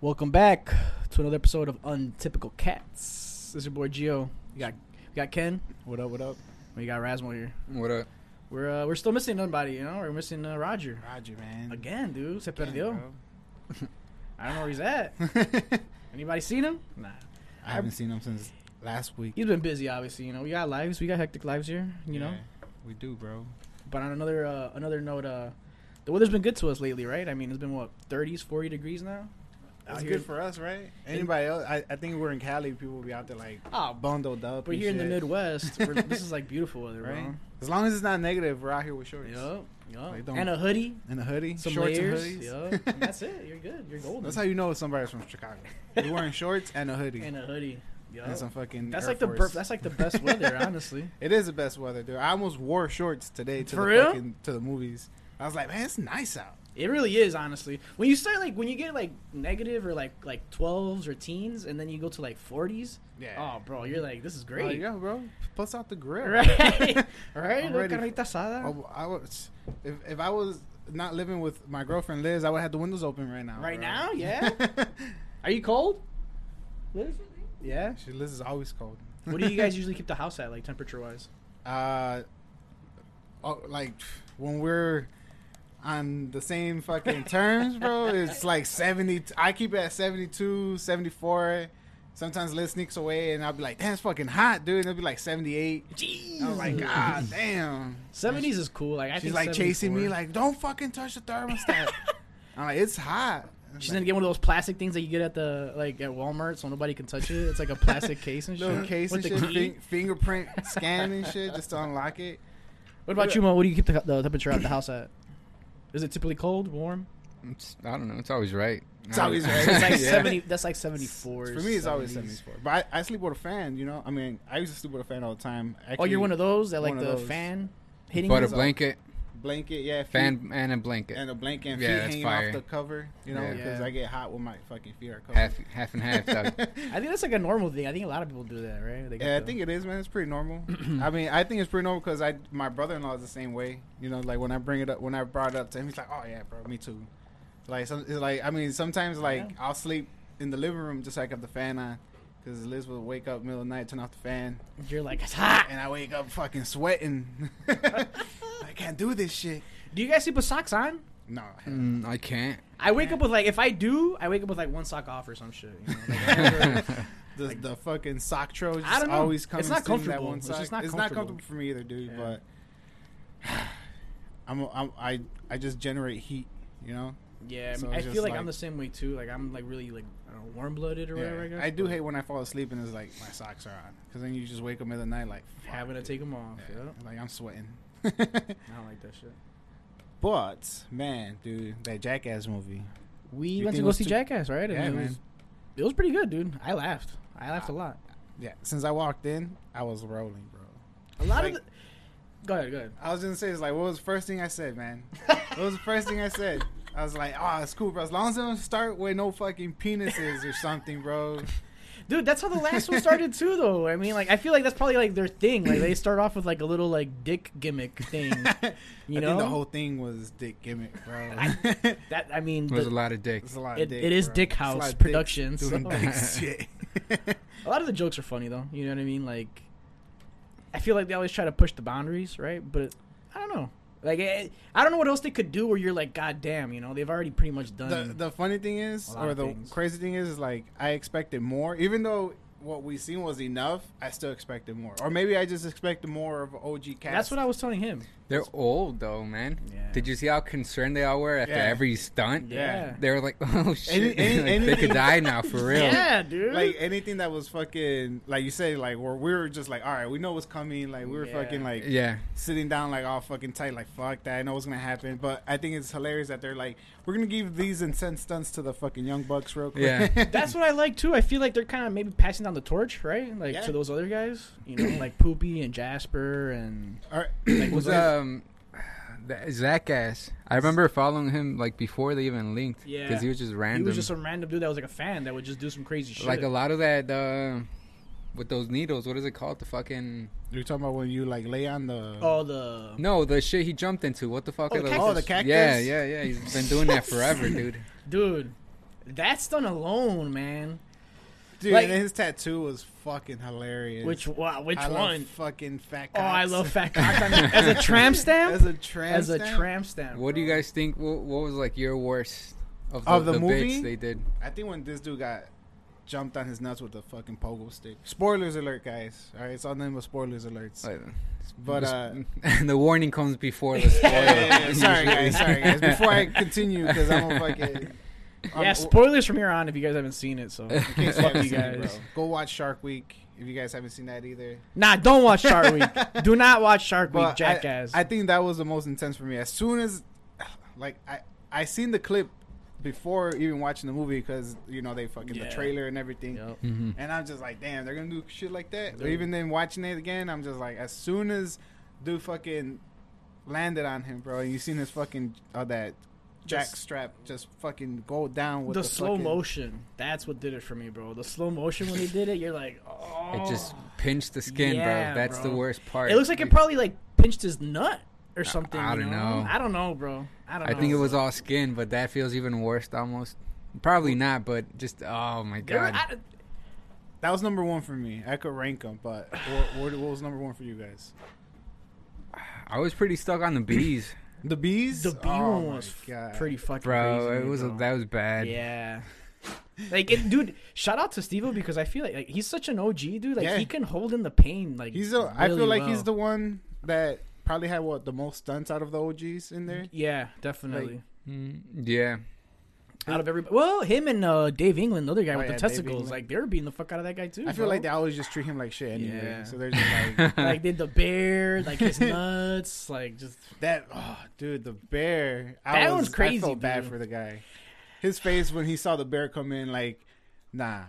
Welcome back to another episode of Untypical Cats. This is your boy Gio. We got we got Ken. What up? What up? We got Rasmo here. What up? We're uh, we're still missing nobody. You know, we're missing uh, Roger Roger, man. again, dude. Se Damn, perdió. bro. I don't know where he's at. Anybody seen him? Nah. I haven't seen him since last week. He's been busy, obviously. You know, we got lives. We got hectic lives here. You know. Yeah, we do, bro. But on another uh, another note, uh, the weather's been good to us lately, right? I mean, it's been what 30s, 40 degrees now. It's Out here- good for us, right? Anybody else? I, I think we're in Cali. People be out there like Oh, bundled up. but and here in the shit, Midwest, we're, this is like beautiful weather, right? right? As long as it's not negative, we're out here with shorts Yup, yup. Like, don't- And a hoodie, and a hoodie, some shorts layers. and hoodies. yup. And that's it. You're good. You're golden. That's how you know somebody's from Chicago. They're wearing shorts and a hoodie and and, a hoodie. Yup. some fucking. That's Air like the Force. bur- that's like the best weather, honestly. It is the best weather, dude. I almost wore shorts today to For the real? fucking to the movies. I was like, man, it's nice out. It really is, honestly. When you start like when you get like negative or like like 12s or teens, and then you go to like 40s. Yeah. Oh, bro, you're like this is Oh, great. yeah, bro. Plus out the grill. Right, right. I'm little ready for- carnita asada. Oh, I was, if, if I was not living with my girlfriend Liz, I would have the windows open right now. Right bro. now? Yeah? Are you cold? Yeah. she Liz is always cold. What do you guys usually keep the house at, like temperature wise? Uh, oh, like when we're on the same fucking terms, bro. It's like seventy. I keep it at 72, 74. Sometimes Liz sneaks away, and I'll be like, "Damn, it's fucking hot, dude." And it'll be like seventy-eight. Jeez. I'm like, Oh "God damn." Seventies is cool. Like I She's think like chasing me, 74. like, "Don't fucking touch the thermostat." I'm like, "It's hot." She's Like, gonna get one of those plastic things that you get at the like at Walmart, so nobody can touch it. It's like a plastic case and little shit. case with and the shit, key. fin- fingerprint scan and shit, just to unlock it. What about you, Mo? What do you keep the, the temperature at the house at? Is it typically cold, warm? It's, I don't know. It's always right. It's always right. It's like Yeah. seventy. That's like seventy four. For me, it's always seventy-four. But I, I sleep with a fan. You know, I mean, I used to sleep with a fan all the time. Oh, you're one of those that like One of the those. fan hitting. But a these- blanket, blanket, yeah, feet, fan, Mm. and a blanket. and a blanket, and Yeah, feet that's hanging fire. off the cover. You know, Yeah. because Yeah. I get hot when my fucking feet are covered. half, half and half. dog. I think that's like a normal thing. I think a lot of people do that, right? They get Yeah, I the- think it is, man. It's pretty normal. I mean, I think it's pretty normal because I my brother in law is the same way. You know, like when I bring it up, when I brought it up to him, he's like, "Oh yeah, bro, me too." Like, some, it's like I mean, sometimes like Yeah. I'll sleep in the living room just like have the fan on because Liz will wake up middle of the night, turn off the fan, you're like it's hot. and I wake up fucking sweating. I can't do this shit. Do you guys sleep with socks on? No, Mm, I can't. I wake up with like if I do, I wake up with like one sock off or some shit. You know? like, I never- I the, the fucking sock tro just I don't know. always It's comes. not to me, That comfortable. one It's just sock. not it's not comfortable. comfortable for me either, dude. Yeah. But I'm, I'm I I just generate heat, you know. yeah, I So mean, I it's feel just like, like- I'm the same way too. Like I'm like really like I don't know, warm blooded or whatever. I, Yeah. guess, I do but hate when I fall asleep and it's like my socks are on because then you just wake up in the night like fuck, having to take them off. yeah. Yeah. like I'm sweating. I don't like that shit. but man, dude, that Jackass movie. We You went think to it go was see too- Jackass, right? And Yeah, it was man. it was pretty good, dude. I laughed. I laughed a lot. Yeah, since I walked in, I was rolling, bro. A lot of like- the Go ahead, go ahead. I was gonna say, it's like, what was the first thing I said, man? what was the first thing I said? I was like, oh, it's cool, bro. As long as it don't start with no fucking penises or something, bro. Dude, that's how the last one started too though. I mean like I feel like that's probably like their thing. Like they start off with like a little like dick gimmick thing. You I know? think the whole thing was dick gimmick, bro. that I mean There's the- a lot of dick. it's a lot It- of dick. it is bro. Dick It's a lot House of dicks Productions, so- doing dick shit. A lot of the jokes are funny though. You know what I mean? Like, I feel like they always try to push the boundaries, right? But I don't know. Like, I, I don't know what else they could do where you're like, God damn, you know, they've already pretty much done. the the funny thing is, A lot or of the things. crazy thing is, is like I expected more. Even though what we seen was enough, I still expected more. Or maybe I just expected more of OG cast. That's what I was telling him. They're old though, man. Yeah. Did you see how concerned they all were after Yeah. every stunt? Yeah. They were like, "Oh shit, any- Like, they anything- could die now for real." Yeah, dude. like eh, anything that was fucking like you say like where we were just like all right we know what's coming like we were Yeah. fucking like Yeah. sitting down like all fucking tight like fuck that I know what's gonna happen but I think it's hilarious that they're like we're gonna give these incense stunts to the fucking young bucks real quick Yeah. that's what I like too. I feel like they're kind of maybe passing down the torch, right? Like Yeah. to those other guys, you know, like Poopy and Jasper and all right like Was was um, that Zach ass? I remember following him like before they even linked. Yeah. Because he was just random. he was just some random dude that was like a fan that would just do some crazy shit. like a lot of that uh, with those needles. What is it called? The fucking you're talking about when you like lay on the all the no, the shit he jumped into. What the fuck? Oh, are the those? cactus. Oh, the cactus? Yeah, yeah, yeah. He's been doing that forever, dude. dude. that stunt alone, man. Dude, Like- and his tattoo was fucking hilarious. Which wow, which I love one? Fucking fat. Oh, I cocks. love fat cock on there. as a tramp stamp. As a tramp. As a stamp? tramp stamp. What do you guys think? What, what was like your worst of the, Of the the movie? bits they did? I think when this dude got jumped on his nuts with a fucking pogo stick. Spoilers alert, guys. All right, it's all them with spoilers alerts. Like, but uh, the warning comes before the spoiler. yeah, yeah, yeah. sorry guys, sorry guys. Before I Usually. continue, because I'm a fucking. Yeah, I'm- spoilers from here on if you guys haven't seen it. So in case you fuck haven't you seen it, guys. bro. Go watch Shark Week if you guys haven't seen that either. Nah, don't watch Shark Week. Do not watch Shark But Week, Jackass. I, I think that was the most intense for me. As soon as, like, I I seen the clip before even watching the movie because you know they fucking Yeah. the trailer and everything. Yup. Mhm. And I'm just like, damn, they're gonna do shit like that. Or Dude. even then watching it again, I'm just like, as soon as dude fucking landed on him, bro, and you seen his fucking uh, that jack Just- strap just fucking go down with the, the, slow fucking- motion. That's what did it for me, bro. The slow motion when he did it, you're like, oh. It just pinched the skin, Yeah, bro. That's bro. the worst part. It looks like it probably like pinched his nut or something. I you don't know. I don't know, bro. I don't. I know. think it was all skin, but that feels even worse almost. Probably not, but just oh my There were- god. I- That was number one for me. I could rank them, but what, what, what was number one for you guys? I was pretty stuck on the bees, The bees. the B one one was pretty fucking bro. crazy to it me, was bro. that was bad. Yeah. Like it, dude. Shout out to Steve because I feel like, like he's such an OG dude. Like Yeah. he can hold in the pain. Like He's. A, I really feel like well. he's the one that probably had what the most stunts out of the OGs in there. yeah, definitely. Mm, yeah. out of everybody, well, him and uh, Dave England, the other guy Oh, with yeah, the Dave testicles, England. like they were beating the fuck out of that guy too. I feel bro. like they always just treat him like shit anyway. Yeah. So they're just like like did the bear, like his nuts, like just that. Oh, dude, the bear. I That was, one's crazy, I felt bad dude. for the guy. His face when he saw the bear come in, like, nah,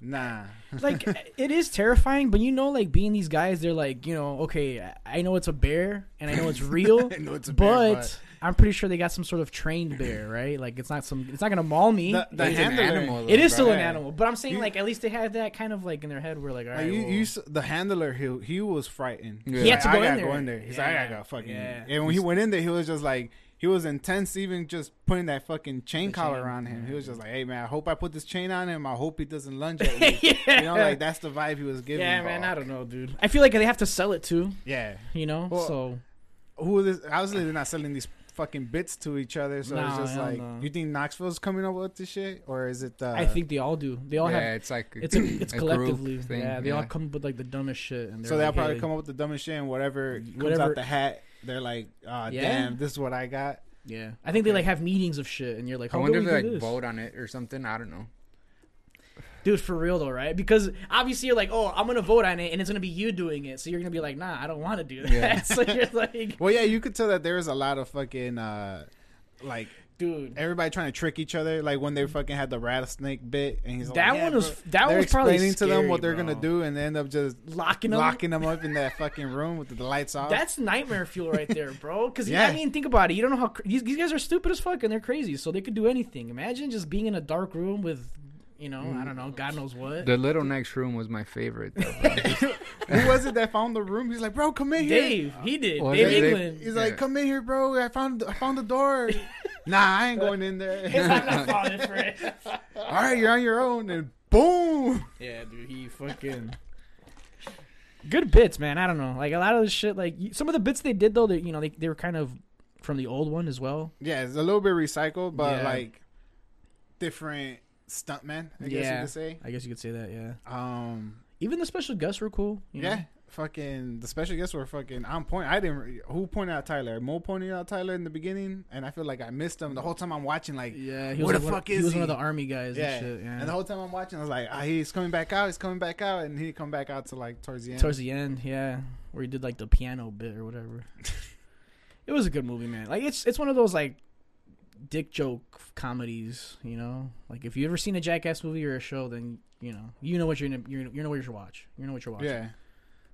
nah. like it is terrifying. But you know, like being these guys, they're like, you know, okay, I- I know it's a bear and I know it's real, I know it's a bear, but, I'm pretty sure they got some sort of trained bear, right? Like it's not some, it's not gonna maul me. The, the It's an handler. animal, it is bro. still an Yeah. animal, but I'm saying You- like at least they had that kind of like in their head. Where like, all right, Like, you, well, you, s- the handler, he, he was frightened. He He's had like, to I go in gotta there. go in there. He's like, I Yeah. gotta fucking. Yeah. And when he went in there, he was just like, he was intense, even just putting that fucking chain The collar chain, on him. yeah. He was just like, hey, man, I hope I put this chain on him. I hope he doesn't lunge at me. yeah, You know, like, that's the vibe he was giving. yeah, man, I don't know, dude. I feel like they have to sell it too, Yeah. you know. Well, so Who is, obviously, they're not selling these fucking bits to each other. So it's No, just hell like, no. you think Knoxville's coming up with this shit? Or is it. Uh, I think they all do. They all yeah, have. it's like It's a, it's a group collectively. thing, yeah, they all yeah. come up with like the dumbest shit, and they're So they'll like, probably hey, come up with the dumbest shit and whatever comes Whatever- out the hat, they're like, oh, Yeah. damn, this is what I got. Yeah, I think they Okay. like have meetings of shit, and you're like, I how wonder do if we they do like this? vote on it or something. I don't know. Dude, for real though, right? Because obviously you're like, oh, I'm gonna vote on it, and it's gonna be you doing it. So you're gonna be like, nah, I don't want to do that. Yeah. so you're like, Well, yeah, you could tell that there was a lot of fucking uh, like dude, everybody trying to trick each other. Like when they fucking had the rattlesnake bit, and he's like, that "Yeah, one bro." was that they're one was probably explaining to them scary, what they're bro. gonna do, and they end up just Locking them. locking them up in that fucking room with the lights off. That's nightmare fuel right there, bro. Because Yeah. I mean, think about it. You don't know how cr- these, these guys are stupid as fuck and they're crazy, so they could do anything. Imagine just being in a dark room with, you know, I don't know, God Mm. knows what. The little next room was my favorite. Though. Who was it that found the room? He's like, "Bro, come in here." Dave, he did. Well, Dave they- they- England. He's like, Yeah. "Come in here, bro. I found I found the door." nah, I ain't going in It's there. not- I'm not falling for it. All right, you're on your own, and boom. yeah, dude, he fucking. Good bits, man. I don't know. Like a lot of this shit. Like y- some of the bits they did though, they you know they they were kind of from the old one as well. Yeah, it's a little bit recycled, but Yeah. like different stuntmen, I guess you Yeah. could say. I guess you could say that. Yeah. Um, Even the special guests were cool. You know? yeah, fucking the special guests were fucking on point. I didn't. re- Who pointed out Tyler? Mo pointed out Tyler in the beginning, and I feel like I missed him the whole time I'm watching. Like, Yeah. He was Where like the one- fuck He is was one of he? the army guys. yeah. And shit. Yeah. And the whole time I'm watching, I was like, ah, he's coming back out. He's coming back out, and he come back out to like towards the end. towards the end, yeah, where he did like the piano bit or whatever. it was a good movie, man. Like it's it's one of those like dick joke comedies, you know. Like if you ever seen a Jackass movie or a show, then you know you know what you're gonna, you're gonna- you know what you're watch. You know what you're watching. yeah,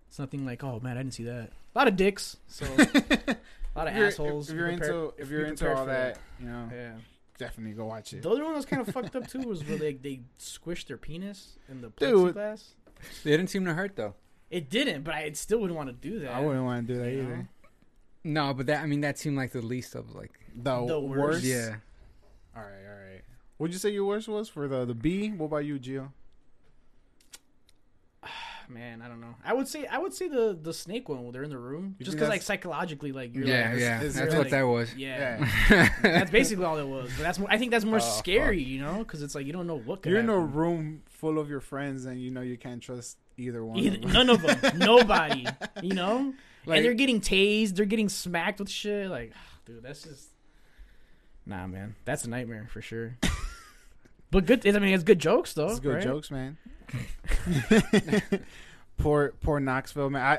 It's nothing like oh man, I didn't see that. A lot of dicks, so a lot of If you're- assholes. If, you're Be prepared- into if you're be into prepared all for that, you know, yeah. definitely go watch it. The other one that was kind of fucked up too was where they they squished their penis in the Dude. plexiglass. they didn't seem to hurt though. It didn't, but I still wouldn't want to do that. I wouldn't want to do that you know? either. No, but that I mean that seemed like the least of like The, The worst. worst. yeah. All right, all right. Would you say your worst was for the the B? What about you, Gio? Man, I don't know. I would say I would say the the snake one when they're in the room, You just think because like that's- psychologically, like you're yeah, like, yeah. it's- it's that's really- what that was. yeah. Yeah. That's basically all it was. But that's more, I think that's more Oh, fuck. scary, you know, because it's like you don't know what could You're in a happen. room full of your friends and you know you can't trust either one. Either, of them. none of them, nobody, you know. Like- and they're getting tased, they're getting smacked with shit. Like, dude, that's just nah, man. That's a nightmare for sure. but good, I mean, it's good jokes though. It's good Oh, right? jokes, man. poor poor Knoxville, man. I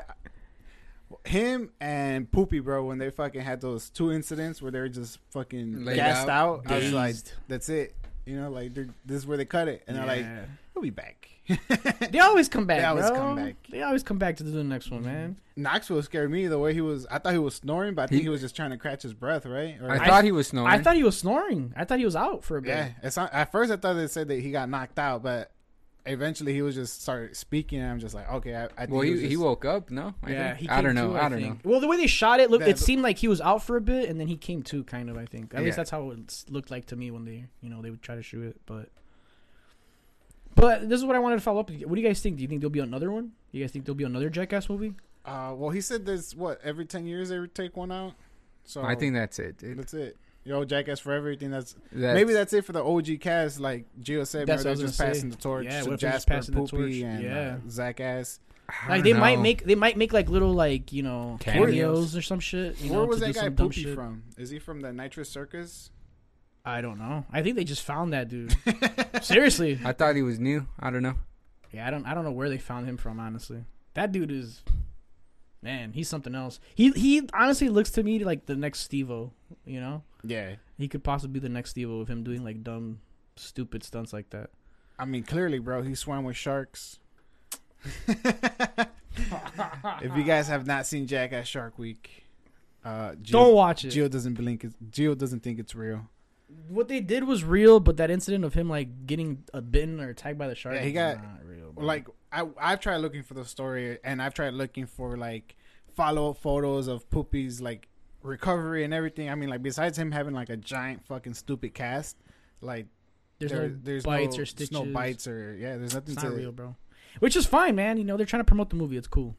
him and Poopy, bro, when they fucking had those two incidents where they were just fucking Laid gassed out, I was like, Dazed. that's it. You know, like they're- this is where they cut it, and they're like, Yeah. we'll be back. They always come back. They always bro. come back. They always come back to do the next one, man. Knoxville scared me the way he was. I thought he was snoring, but I think He- he, was just trying to catch his breath, right? Or, I I- thought he was snoring. I thought he was snoring. I thought he was out for a bit. yeah. It's not, at first, I thought they said that he got knocked out, but eventually he was just started speaking, and I'm just like, okay, I, I think well, he, was he just- woke up. No, I, Yeah, think? he I came don't know. to, I don't know. think. Well, the way they shot it, look, Yeah, it but- seemed like he was out for a bit, and then he came to, kind of. I think at Yeah. least that's how it s- looked like to me when they, you know, they would try to shoot it. But, but this is what I wanted to follow up. with. What do you guys think? Do you think there'll be another one? You guys think there'll be another Jackass movie? Uh, well, he said there's what every ten years they would take one out. So I think that's it. dude. that's it. Yo, Jackass for everything. That's, That's- maybe that's it for the OG cast. Like Gio said, That's maybe what I they're was just gonna passing say. the torch Yeah, to what if they're just Jasper, passing the Poopy, torch? and Yeah. uh, Zach Ass. I Like don't they might know. make they might make like little like you know Cameos. cameos or some shit. You Where know, was to do that guy some dumb Poopy shit. from? Is he from the Nitrous Circus? I don't know. I think they just found that dude. Seriously. I thought he was new. I don't know. Yeah, I don't I don't know where they found him from, honestly. That dude is man, he's something else. He he honestly looks to me like the next Steve O, you know? Yeah. He could possibly be the next Steve O with him doing like dumb stupid stunts like that. I mean, clearly, bro, he swam with sharks. if you guys have not seen Jackass Shark Week, uh, Gio, don't watch it. Gio doesn't blink. It's, Gio doesn't think it's real. what they did was real, but that incident of him like getting a bitten or attacked by the shark Yeah, he is got- not real. bro. like I I've tried looking for the story and I've tried looking for like follow up photos of Poopy's like recovery and everything. I mean like besides him having like a giant fucking stupid cast, like there's there- no bites or stitches. there's no bites or yeah, there's nothing It's to not real, bro. Which is fine, man. You know, they're trying to promote the movie. It's cool.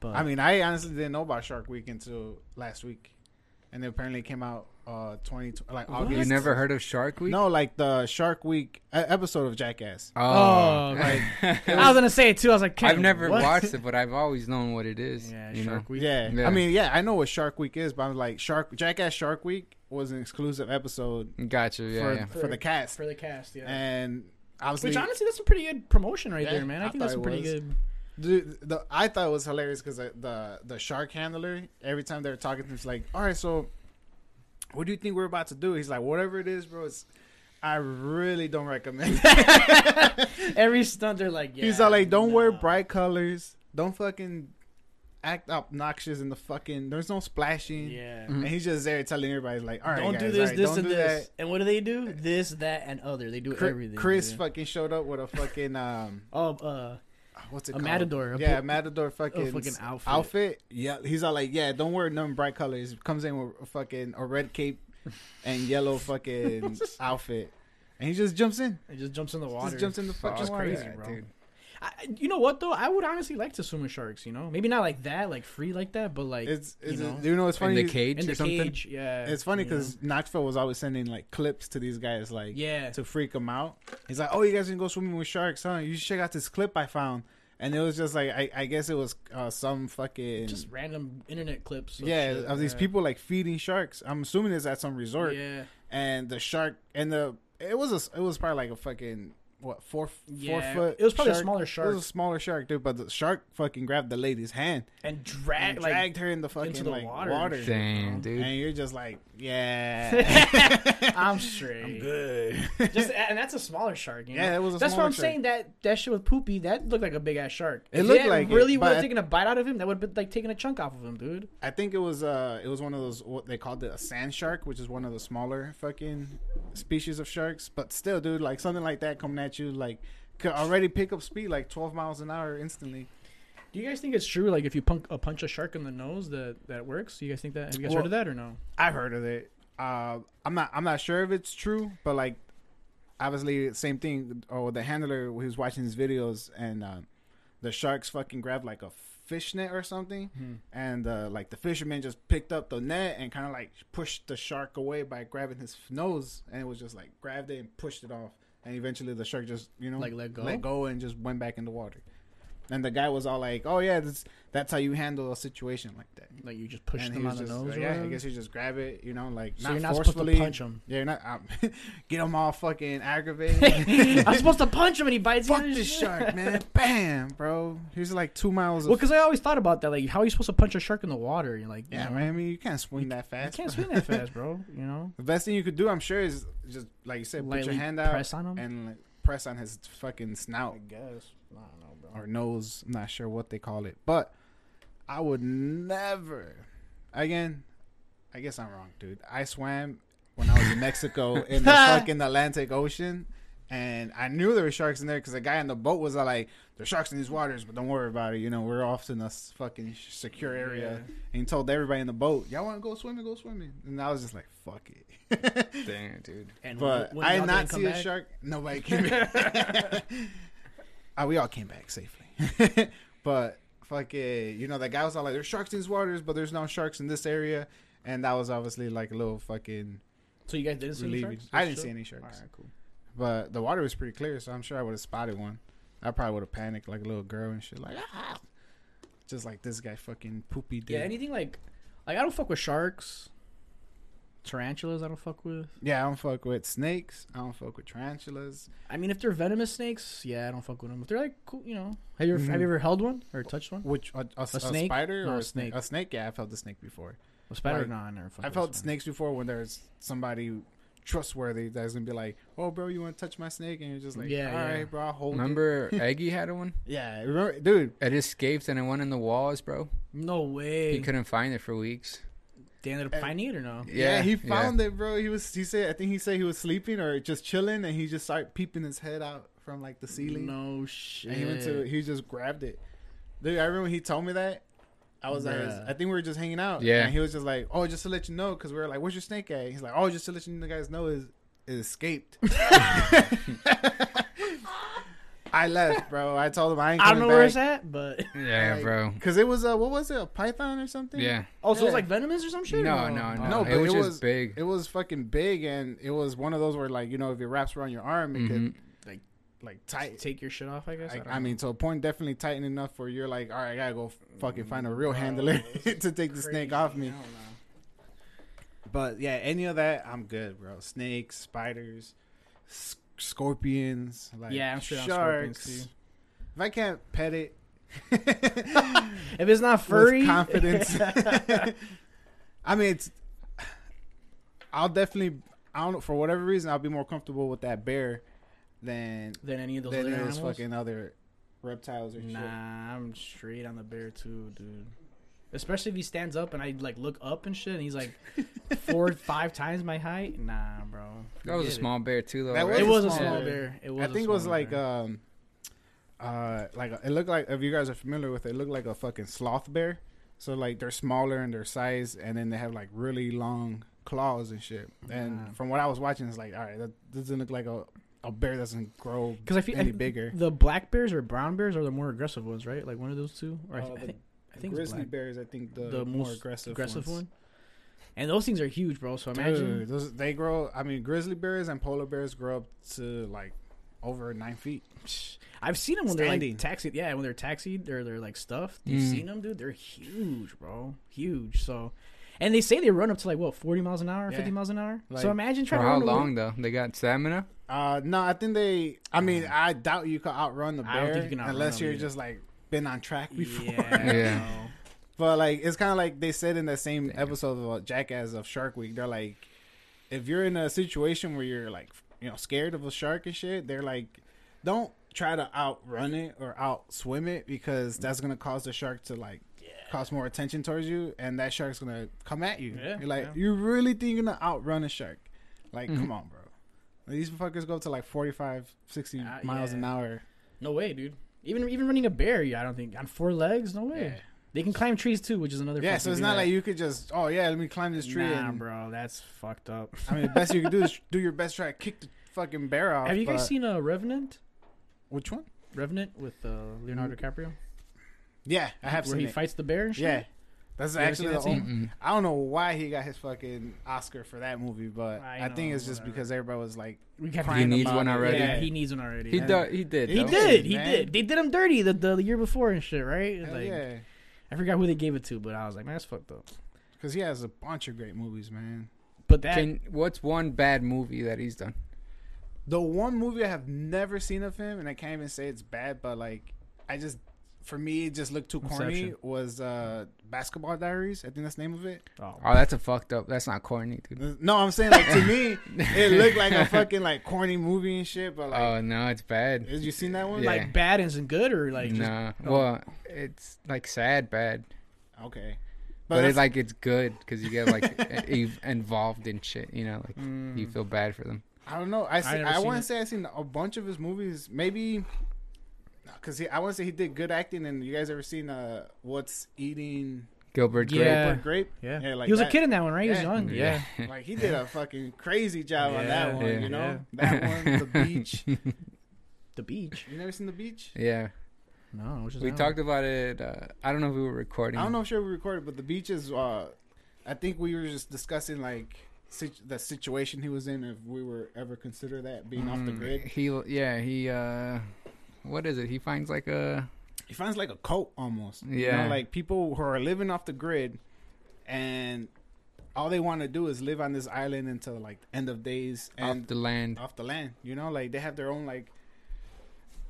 But I mean, I honestly didn't know about Shark Week until last week. And it apparently came out uh 20 like What? August. You never heard of Shark Week? No, like the Shark Week uh, episode of Jackass. Oh, like, I was gonna say it too. I was like, I've Ken, never what? watched it, but I've always known what it is. Yeah, you know? Shark Week. Yeah. Yeah. I mean, yeah, I know what Shark Week is, but I'm like Shark Jackass Shark Week was an exclusive episode Gotcha. Yeah, for, yeah. for the cast, for the cast, yeah. and obviously, Which honestly, that's some pretty good promotion right Yeah, there, man. I, I think that's thought some pretty it was. good. dude, the, I thought it was hilarious because the, the the shark handler every time they were talking to him, it's like, all right, so what do you think we're about to do? He's like, whatever it is, bro. It's, I really don't recommend. it." Every stunt, they're like, yeah, He's all like, don't wear nah. bright colors. Don't fucking act obnoxious in the fucking. There's no splashing. Yeah. And he's just there telling everybody, like, Mm-hmm. all right, don't do guys, this, all right, this, don't and do this. that." And what do they do? This, that, and other. They do Cri- everything. Chris dude. fucking showed up with a fucking um, oh, uh, what's A it called? matador, a yeah, pu- matador fucking, a fucking outfit. outfit. Yeah, he's all like, yeah, don't wear none bright colors. Comes in with a fucking a red cape and yellow fucking outfit, and he just jumps in. It just jumps in the water. Just jumps in the Fuck, fucking water. crazy, yeah, bro. dude. I, you know what though? I would honestly like to swim with sharks. You know, maybe not like that, like free like that, but like It's, it's you you, know, know, what's funny? In the cage in or the something. cage. Yeah, It's funny you know? because Knoxville was always sending like clips to these guys, like yeah, to freak them out. He's like, "Oh, you guys can go swimming with sharks, huh? You should check out this clip I found." And it was just like, I, I guess it was uh, some fucking just random internet clips. Of yeah shit, of these yeah. people like feeding sharks. I'm assuming it's at some resort. Yeah, and the shark and the it was a it was probably like a fucking what four Yeah, four foot. it was probably a shark. smaller It shark. was a smaller shark, dude. But the shark fucking grabbed the lady's hand and and drag like dragged her in the fucking into the like water water. and shit. Damn, dude. And you're just like, yeah, I'm straight. I'm good. Just and that's a smaller shark. You know? Yeah, it was a That's smaller what I'm shark. saying. That that shit with Poopy, that looked like a big ass shark. It If looked that like it, really would but- have taken a bite out of him. That would have been like taking a chunk off of him, dude. I think it was uh it was one of those what they called it a sand shark, which is one of the smaller fucking species of sharks. But still, dude, like something like that coming at you like could already pick up speed like 12 miles an hour instantly. Do you guys think it's true? Like if you punk, uh, punch a shark in the nose, that that works. You guys think that? Have you guys Well- heard of that or no? I've heard of it. Uh, I'm not I'm not sure if it's true, but like obviously same thing. Or the handler he was watching his videos and uh, the sharks fucking grabbed like a fish net or something, Hmm. and uh, like the fisherman just picked up the net and kind of like pushed the shark away by grabbing his nose, and it was just like grabbed it and pushed it off, and eventually the shark just you know Like, let go? let go, and just went back in the water. And the guy was all like, "Oh yeah, this, that's how you handle a situation like that." Like you just push And he them on was the just, nose. or like, yeah, I whatever? guess you just grab it, you know, like So not you're not supposed to forcefully. punch 'em. Yeah, you're not um, get them all fucking aggravated. I'm supposed to punch him and he bites Fuck you. this shark, man! Bam, bro. He's like two miles. Of, Well, because I always thought about that. Like, how are you supposed to punch a shark in the water? You're like, you yeah, know, man. I mean, you can't swing that You fast. can't bro. swing that fast, bro. You know, The best thing you could do, I'm sure, is just like you said, put Lightly your hand press out on him. and like, press on his fucking snout guess I don't know, bro. or nose. I'm not sure what they call it, but I would never. Again, I guess I'm wrong, dude. I swam when I was in Mexico in the fucking Atlantic Ocean, and I knew there were sharks in there because the guy on the boat was all like, "There's sharks in these waters, but don't worry about it. You know, we're off in a s- fucking sh- secure area." And he told everybody in the boat, "Y'all want to go swimming? Go swimming." And I was just like, "Fuck it." Dang, dude. And But when I y'all did not didn't come see a back- shark. Nobody came back. Ah, we all came back safely. but fuck it. You know, that guy was all like, there's sharks in these waters, but there's no sharks in this area. And that was obviously like a little fucking So you guys didn't see any relieving. sharks? I didn't see any sharks. Alright, cool. But the water was pretty clear, so I'm sure I would have spotted one. I probably would have panicked like a little girl and shit. Like, ah. Just like this guy fucking poopy Yeah, dude. anything like, like I don't fuck with sharks. Tarantulas, I don't fuck with. yeah, I don't fuck with snakes. I don't fuck with tarantulas. I mean, if they're venomous snakes, yeah, I don't fuck with them. If they're like, cool, you know, have you ever, Mm-hmm. have you ever held one or touched one? Which a, a, a snake? spider No, or a a snake? snake. A snake? Yeah, I felt the snake before. A spider? Like, no, I never fucked I with a felt spider. snakes before when there's somebody trustworthy that's gonna be like, "Oh, bro, you want to touch my snake?" And you're just like, Yeah, "Yeah, all right, yeah. bro, I'll hold." it." Remember Eggy had one? Yeah, remember, dude. It escaped and it went in the walls, bro. No He way. couldn't find it for weeks. They ended up and- finding it or no? eh, Yeah, he found it, bro. He was. He said, I think he said he was sleeping or just chilling, and he just started peeping his head out from like the ceiling. No shit. And he went to. He just grabbed it. Dude, I remember when he told me that. I was like, Bruh. I think we were just hanging out. Yeah. And he was just like, oh, just to let you know, because we were like, where's your snake at? He's like, oh, just to let you guys know, is it escaped. I left, bro. I told him I ain't I coming don't know back. where it's at, but Yeah, bro. Because it was a what was it? A python or something? Yeah. oh, so it Yeah. was like venomous or some shit? No, or no, no. No, but it was it just was- big. It was fucking big, and it was one of those where like you know if it wraps around your arm, it could Mm-hmm. like like tight. Take your shit off, I guess. I, don't I know. mean, to a point, definitely tighten enough where you're like, all right, I gotta go fucking Mm, find a real handler to take the snake off me. I don't know. But yeah, any of that, I'm good, bro. Snakes, spiders, sc- scorpions, like Yeah, I'm straight on sharks. scorpions, too. If I can't pet it If it's not furry, with confidence, I mean, it's. I'll definitely. I don't know for whatever reason. I'll be more comfortable with that bear than than any of those than other those animals. fucking other reptiles or nah, shit. I'm straight on the bear too, dude. Especially if he stands up and I like look up and shit, and he's like four, five times my height. Nah, bro. That was a forget it. small bear too, though. That right? It was a small small bear. bear. It was. I a think it was small like bear. um, uh, like a- it looked like if you guys are familiar with it, it looked like a fucking sloth bear. So like they're smaller in their size, and then they have like really long claws and shit. And Yeah. from what I was watching, it's like all right, that doesn't look like a a bear doesn't grow 'Cause I feel- I any think bigger. the black bears or brown bears are the more aggressive ones, right? Like one of those two. Or I, Uh, th- I the think I think it's grizzly black. bears, I think the, the more most aggressive aggressive ones. one. And those things are huge, bro. So imagine Dude, those, they grow. I mean, grizzly bears and polar bears grow up to like over nine feet. I've seen them when they're Standing. like taxied. Yeah, when they're taxied, they're they're like stuffed. You've Mm. seen them, dude. They're huge, bro. Huge. So, and they say they run up to like what forty miles an hour, fifty Yeah. miles an hour. Like- so imagine For trying to how run away. long though? They got stamina. Uh, no, I think they. I mean, I doubt you could outrun the bear Uh-huh. I don't think you can outrun unless them you're either. just like been on track before. Yeah, Yeah. bro. but like, it's kind of like they said in that same episode of uh, Jackass of Shark Week. They're like, if you're in a situation where you're like, you know, scared of a shark and shit, they're like, don't try to outrun it or outswim it because that's gonna cause the shark to like. Cause more attention towards you, and that shark's gonna come at you. Yeah, You're like, yeah. Mm-hmm. you really think you're gonna outrun a shark? Like, come on, bro. These fuckers go up to like 45, 60 Uh, miles yeah. an hour. No way, dude. Even even running a bear, yeah, I don't think on four legs. No way. Yeah. They can climb trees too, which is another. Yeah, fucking so it's thing not that- like you could just, oh yeah, let me climb this tree. Nah, and, bro, that's fucked up. I mean, the best you can do is do your best try to kick the fucking bear off. Have you but- guys seen a uh, Revenant? which one? Revenant with uh, Leonardo DiCaprio, Yeah, I have where Mm. seen he it. fights the bear. And shit? yeah, that's You ever actually seen the that scene? only. Mm-mm. I don't know why he got his fucking Oscar for that movie, but I I, think know, it's just whatever. because everybody was like, we got He needs one already. Yeah, he needs one already. He yeah. do- he did. He He though. did. He man. did. They did him dirty the, the year before and shit, right? Hell Like, yeah, I forgot who they gave it to, but I was like, man, that's fucked up. because he has a bunch of great movies, man. But that Can, what's one bad movie that he's done? The one movie I have never seen of him, and I can't even say it's bad, but like, I just. For me, it just looked too corny. Inception. Was uh, Basketball Diaries? I think that's the name of it. oh, Oh, that's a fucked up. That's not corny, dude. No, I'm saying like to me, it looked like a fucking like corny movie and shit. But like, oh no, it's bad. Has you seen that one? Yeah. like bad isn't good or like just- nah. oh. Well, it's like sad bad, Like, okay. but, it's that's- like it's good because you get like e- involved in shit. You know, like Mm. you feel bad for them. I don't know. I see, never I, seen want it. to say I've seen a bunch of his movies. Maybe because I want to say he did good acting. And you guys ever seen uh, What's Eating Gilbert Grape. Yeah. Gilbert Grape? yeah. Yeah, like he was that. a kid in that one, right? He was Yeah. young. Yeah. Like he did a fucking crazy job on Yeah. that one. Yeah. You know that one, The Beach. The beach. You never seen The Beach? Yeah, No, which is we talked about it. Uh, I don't know if we were recording. I don't know if sure we recorded, but The Beach is. Uh, I think we were just discussing like sit- the situation he was in. If we were ever consider that being off the Mm, grid, He yeah he uh, what is it? He finds like a he finds like a cult almost. you Yeah. know, like people who are living off the grid, and all they want to do is live on this island until like the end of days off and uh, the land. off the land. You know, like they have their own like.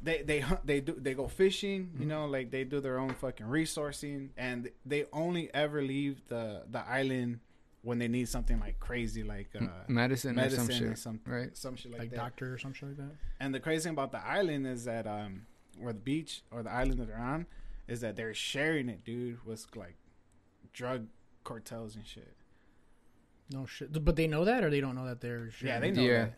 They they hunt, they do they go fishing, Mm-hmm. you know, like they do their own fucking resourcing, and they only ever leave the the island when they need something like crazy, like uh, M- medicine, medicine or some shit. or something, right? some shit like, like that. doctor or something like that. And the crazy thing about the island is that um or the beach or the island that they're on is that they're sharing it, dude, with like drug cartels and shit. No shit. But they know that or they don't know that they're shit. Yeah, they know Yeah. that.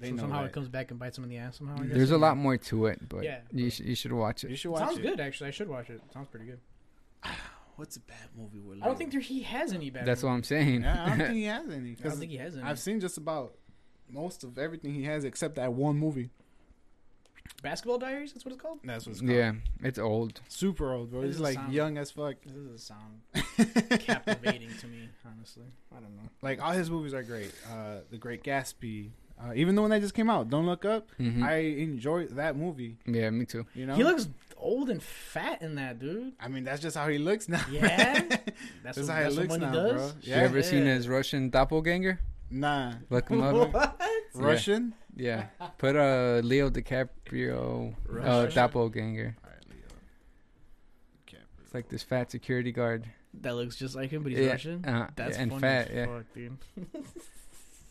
They so know somehow that. it comes back and bites them in the ass somehow. I guess. There's a lot more to it, but Yeah. you sh- you should watch you it. should watch Sounds it. good actually. I should watch it. Sounds pretty good. What's a bad movie? We're I don't think there, he has any bad. That's what movies. I'm saying. Yeah, I don't think he has any. I don't 'cause think he has any. I've seen just about most of everything he has except that one movie. Basketball Diaries. That's what it's called. That's what's yeah, it's old. super old, bro. It He's doesn't like sound- young as fuck. This doesn't sound captivating to me, honestly. I don't know. like all his movies are great. Uh, the Great Gatsby, uh, even the one that just came out, Don't Look Up. Mhm. I enjoy that movie. Yeah, me too. You know, Mm. He looks old and fat in that, dude. I mean, that's just how he looks now. Yeah? That's, that's what, how he that's looks what now, money bro. does. Yeah. You ever seen his Russian doppelganger? Nah, Look him up. Russian. Yeah, put uh, Leo DiCaprio uh, Russian? doppelganger. All right, Leo. It's like this fat security guard. That looks just like him, but he's yeah, Russian. uh, That's and funny fat. as Yeah, fuck, dude.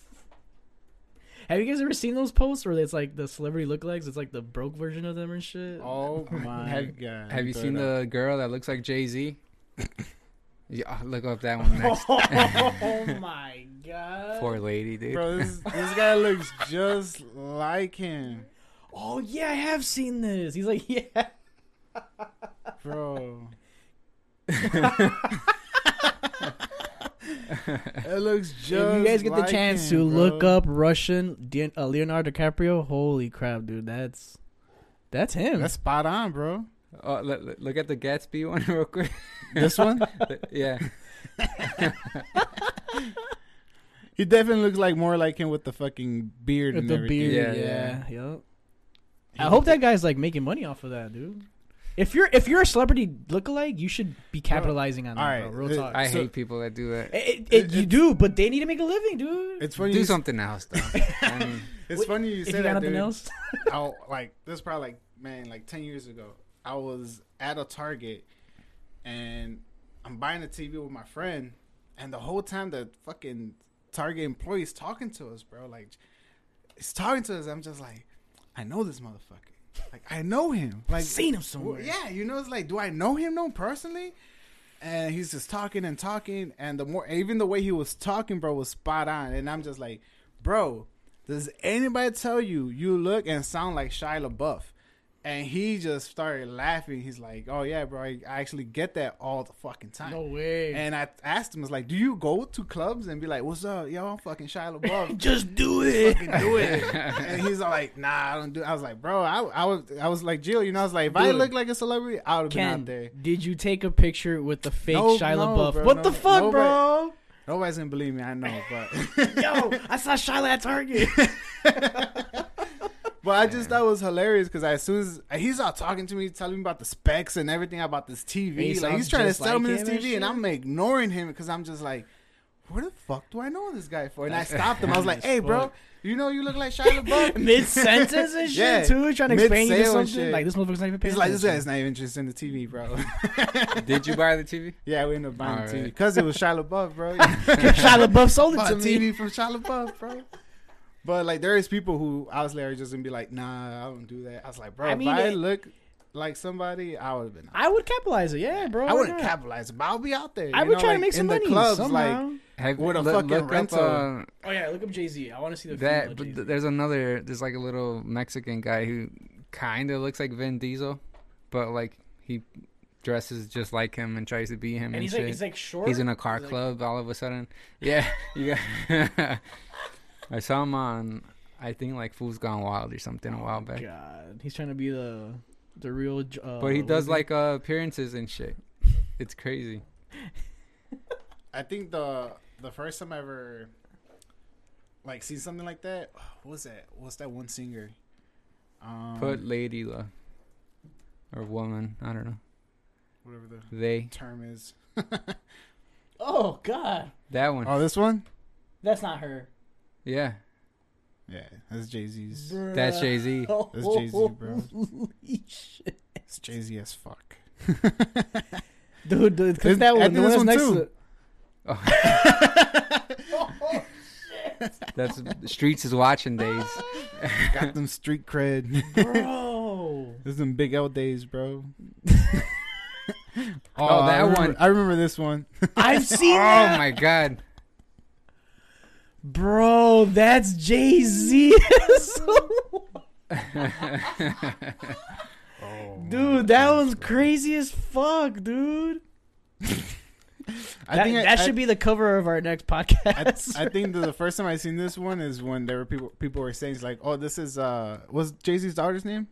Have you guys ever seen those posts where it's like the celebrity lookalikes? It's like the broke version of them and shit. Oh my Have- god! Have you Throw seen it up. the girl that looks like Jay Z? yeah, oh, look up that one next. Oh my god! Poor lady, dude. bro? This, this guy looks just like him, Oh yeah, I have seen this. He's like, yeah, bro. it looks just. if you guys get like the chance him, to bro. look up Russian Di- uh, Leonardo DiCaprio, holy crap, dude, that's that's him. That's spot on, bro. Oh, look, look- look at the Gatsby one real quick. This one, yeah, he definitely looks like more like him with the fucking beard with and the everything. beard. Yeah, Yeah, yeah, yup. I hope that guy's like making money off of that, dude. If you're if you're a celebrity lookalike, you should be capitalizing on that, alright, bro. Real it- talk. I So- hate people that do that. It- it- it- you do, but they need to make a living, dude. It's funny. Do you, something else, though. I mean, It's Wait, funny you if say you got nothing that, dude. else, I, like this is probably like man, like ten years ago. I was at a Target, and I'm buying a TV with my friend, and the whole time the fucking Target employee's talking to us, bro. Like, it's talking to us. I'm just like, I know this motherfucker. Like, I know him. Like, seen him Well, somewhere. yeah, you know, it's like, do I know him though personally? And he's just talking and talking, and the more, even the way he was talking, bro, was spot on. And I'm just like, bro, does anybody tell you you look and sound like Shia LaBeouf? and he just started laughing. He's like, "Oh yeah, bro, I, I actually get that all the fucking time." No way. And I asked him, "I was like, do you go to clubs and be like, what's up, yo? I'm fucking Shia LaBeouf." Just do it. fucking do it. and he's all like, "Nah, I don't do." It. I was like, "Bro, I, I was I was like Jill, you know, I was like, if I Dude. look like a celebrity, I would have been out there. Ken, did you take a picture with the fake No, Shia no, LaBeouf? bro, what no, the fuck, no, bro? Nobody's gonna believe me, I know, but Yo, I saw Shia at Target. but I just thought it was hilarious because as soon as he's all talking to me, telling me about the specs and everything about this TV, He like he's sounds trying to just sell me like this him TV, and shit. and I'm ignoring him because I'm just like. Where the fuck do I know this guy for? And I stopped him. I was like, funny as "Hey, bro, fuck. you know you look like Shia LaBeouf." Mid sentence and shit Yeah, too, trying to explain you to mid-sale and something. shit. Like this motherfucker's not even paying. He's like, "This attention. guy's not even interested in the TV, bro." Did you buy the TV? Yeah, we ended up buying All the TV right. because it was Shia LaBeouf, bro. Shia LaBeouf sold it Bought to a me. TV from Shia LaBeouf, bro. But like, there is people who obviously are just gonna be like, "Nah, I don't do that." I was like, "Bro, I mean, if I it- look like somebody, I would have been." out. I would capitalize it, yeah, bro. I, why wouldn't not? capitalize, but I'll be out there. I you would know, try like, to make some in money the clubs, somehow. like Have, With a look- fucking look up, rental. uh, oh yeah, look up Jay Z. I want to see the that female but Jay-Z. th- there's another there's like a little Mexican guy who kind of looks like Vin Diesel, but like he dresses just like him and tries to be him and, and he's shit. like, he's like short. He's in a car He's like- club all of a sudden. Yeah, yeah. I saw him on, I think like Fool's Gone Wild or something a while back. Oh God, he's trying to be the the real. J- Uh, But he does what is like uh, appearances and shit. It's crazy. I think the the first time I ever like seen something like that, what was that? What's that one singer? Oh. Um, Put lady love or woman. I don't know. whatever the They term is. it? Oh God, that one. Oh, this one? that's not her. Yeah, Yeah, that's Jay Z's. Uh, that's Jay Bruh. Z. Oh, That's Jay-Z, bro. Holy shit. It's Jay Z as fuck. Dude, dude, click It's- that I one. think The one this that's one next too. Oh. to it. That's Streets is watching days. Got them street cred. Bro. This is them big L days, bro. oh, that I remember- one. I remember this one. I've seen Oh that. my god. Bro, that's Jay Z. Oh dude, that one's crazy as fuck, dude. I that think I- that I, should be the cover of our next podcast. I think that the first time I seen this one is when there were people people were saying it's like, oh, this is uh, what's Jay Z's daughter's name?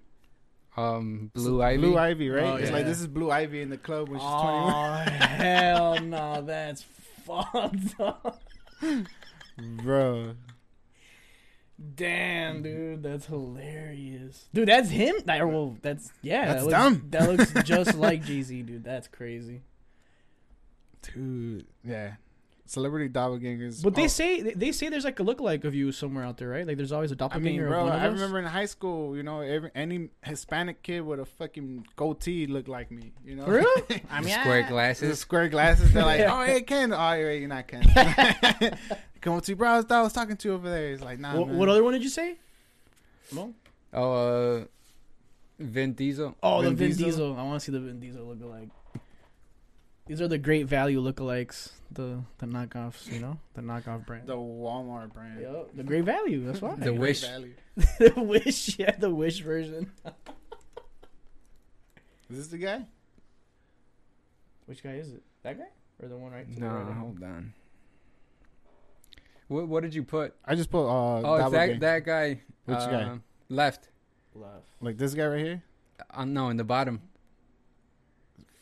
Um, Blue Ivy. Blue Ivy, right? Oh, it's yeah. like this is Blue Ivy in the club when she's oh, hell no. That's fucked up. 21, bro. Damn, dude, that's hilarious. Dude, that's him. That, well, that's yeah. That's that looks, dumb. That looks just like Jay Z, dude. That's crazy. Dude, yeah, celebrity doppelgangers. But they Oh, say they- they say there's like a lookalike of you somewhere out there, right? Like there's always a Oh, I doppelganger mean, bro, of one of I us. remember in high school, you know, every, any Hispanic kid with a fucking goatee looked like me, you know? For real? I mean, Square I- the glasses. square glasses. They're like, Yeah. oh, hey, Ken. Oh, yeah, you're not Ken. Come with you, bro. I was, I was talking to you over there. He's like, nah, what, uh, man. what other one did you say? No. Oh, uh, Vin Diesel. Oh, the Vin Vin Diesel. Diesel? I want to see the Vin Diesel lookalike. These are the great value lookalikes, the the knockoffs, you know, the knockoff brand. The Walmart brand. Yup, the great value. That's why The Great Wish. Value. the wish, yeah, the wish version. Is this the guy? Which guy is it? That guy or the one right? To No, the right hold on. What What did you put? I just put uh, Oh, it's that doppelganger. that guy. Which guy? uh, Left. Left. like this guy right here. Uh, no, in the bottom.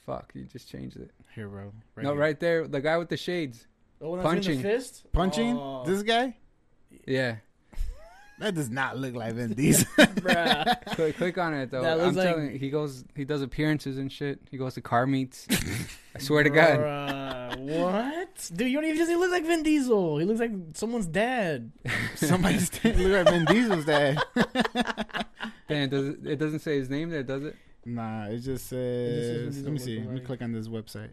Fuck! You just changed it. Here, bro. no, here. right there, the guy with the shades. The one that's Punching. Punching. the fist. Punching Oh, this guy. Yeah, That does not look like Vin Diesel. bruh. click, click on it though. That looks I'm like- telling you, he goes, he does appearances and shit. He goes to car meets. I swear to God. Bruh, what? Dude, you don't even, he doesn't even look like Vin Diesel. He looks like someone's dad. Somebody's didn't look like Vin Diesel's dad. Damn, does it, it doesn't say his name there, does it? Nah, it just just says Vin says. Diesel let me see. lookalike. Let me click on this website.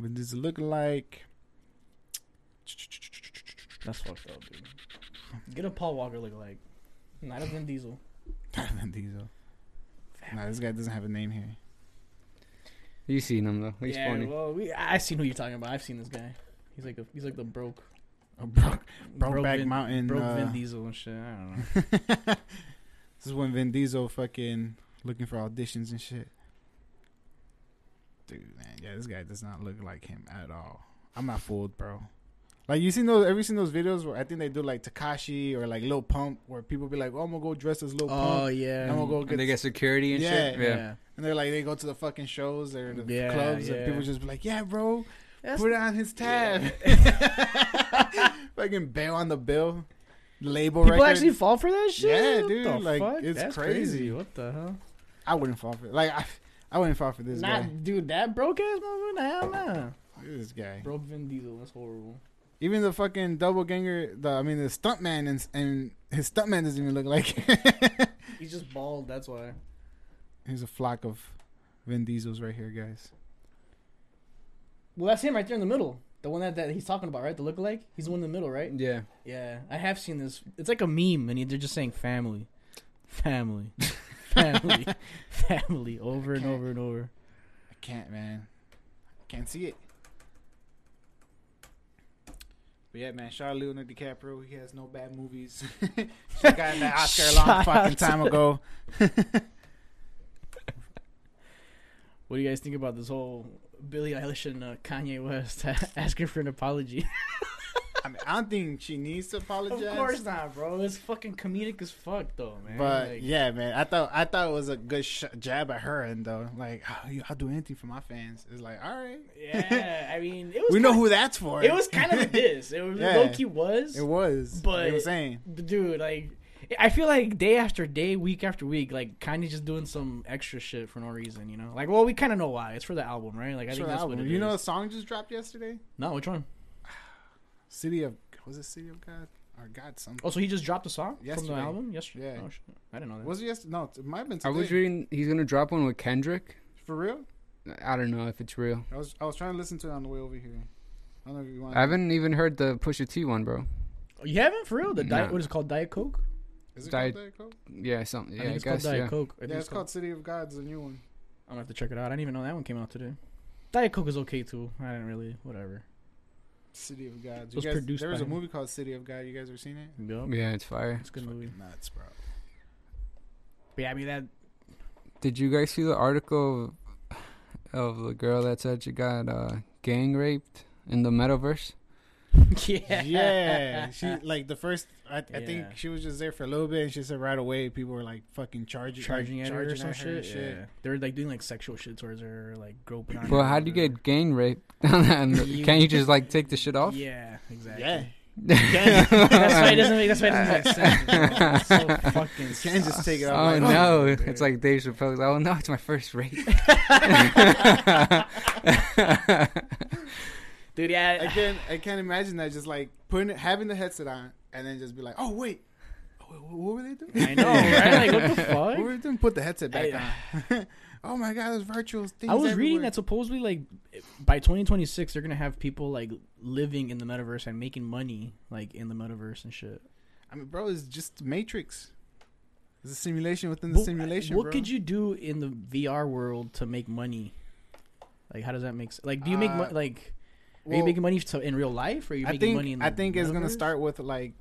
Vin Diesel look like. That's fucked up, dude. Get a Paul Walker look like. Not a Vin Diesel. Vin Diesel. Nah, this guy doesn't have a name here. You seen him though. He's yeah, funny. well, we, I I seen who you're talking about. I've seen this guy. He's like a, he's like the broke, Oh, Broke, broke Brokeback Vin, Mountain. broke uh, Vin Diesel and shit. I don't know. this is when Vin Diesel fucking looking for auditions and shit. Dude, man, yeah, this guy does not look like him at all. I'm not fooled, bro. Like you seen those? Ever seen those videos where I think they do like Takashi or like Lil Pump, where people be like, "Oh, I'm gonna go dress as Lil Oh Pump," yeah. I'm gonna go And get they get security and shit. Yeah. Yeah. and they're like, they go to the fucking shows or the Yeah, clubs, yeah. and people just be like, "Yeah, bro, That's- put it on his tab." Fucking bail on the bill, label people record. actually fall for that shit. Yeah, What dude, the like, fuck? it's That's crazy. What the hell? I wouldn't fall for like I, I wouldn't fall for this Not guy. dude, that broke ass motherfucker. Hell nah. This guy. Broke Vin Diesel. That's horrible. Even the fucking double ganger. The I mean the stuntman and and his stuntman doesn't even look like. He's just bald. That's why. Here's a flock of Vin Diesels right here, guys. Well, that's him right there in the middle. The one that, that he's talking about, right? The lookalike. He's the one in the middle, right? Yeah. Yeah, I have seen this. It's like a meme, and they're just saying family, family, family, family over and Okay. over and over. I can't, man. I can't see it. But yeah, man, shout out Leonardo DiCaprio. He has no bad movies. Should have gotten that Oscar a long Shout fucking out time to- ago. What do you guys think about this whole Billie Eilish and uh, Kanye West asking for an apology? I mean, I don't think she needs to apologize. not, bro. It's fucking comedic as fuck, though, man. But Like, yeah, man, I thought I thought it was a good sh- jab at her, and though, like, oh, you, I'll do anything for my fans. It's like, all right, yeah, I mean, it was. we know kind- who that's for. It was kind of a diss. It was Yeah. low key was. it was, But- but it was saying, But dude, like, I feel like day after day, week after week, like, Kanye's just doing some extra shit for no reason, you know? Like, well, we kind of know why. It's for the album, right? Like, I It's think for the that's album. what it you know, is. a song just dropped yesterday. No, which one? City of was it City of God or God something? Oh, so he just dropped a song from Yesterday. the album yesterday? Yeah. Oh, shit. I didn't know that. Was it yesterday? No, it might have been I today. was reading he's gonna drop one with Kendrick. for real. I don't know if it's real. I was I was trying to listen to it on the way over here. I don't know if you want. I haven't even heard the Pusha T one, bro. Oh, you haven't? For real? The diet, Nah. what is it called? Diet Coke? Is it Diet- called Diet Coke? Yeah, something. I Yeah, I, think it's guess. called Diet yeah. Coke. I Yeah, think it's called City of God's a new one. I'm gonna have to check it out. I didn't even know that one came out today. Diet Coke is okay too. I didn't really, whatever. City of God. You was guys, produced there was by a him. movie called City of God. You guys ever seen it? Yup. Yeah, it's fire. It's a good movie. Nuts, bro. But yeah, I mean, that. Did you guys see the article of, of the girl that said she got uh, gang raped in the metaverse? yeah. yeah, she like the first. I, I Yeah. think she was just there for a little bit, and she said right away people were like fucking charging, charging like, at her or some shit. Yeah. They were like doing like sexual shit towards her, like groping on her. Well, how do you or- get gang raped? And You- Can't you just like take the shit off? Yeah, exactly. Yeah, that's why it doesn't make. That's why it doesn't make sense. bro. It's so fucking. you can't just take it Oh, off. like, no! dude. It's like Dave Chappelle's. Oh no! It's my first rape. dude. Yeah, I can't I can't imagine that just like putting it, having the headset on and then just be like, oh wait, Wh- wh- what were they doing? I know, right? Like, what the what fuck? were they doing? Put the headset back I- on. oh my god, there's virtual things. I was reading everywhere. that supposedly, like, by 2026, they're gonna have people like living in the metaverse and making money, like, in the metaverse and shit. I mean, bro, it's just Matrix. It's a simulation within the But simulation. What bro. could you do in the VR world to make money? Like, how does that make sense? Like, do you make Uh, money? Like, are you well, making money to, in real life, or are you I making think money in the I think it's gonna metaverse? start with like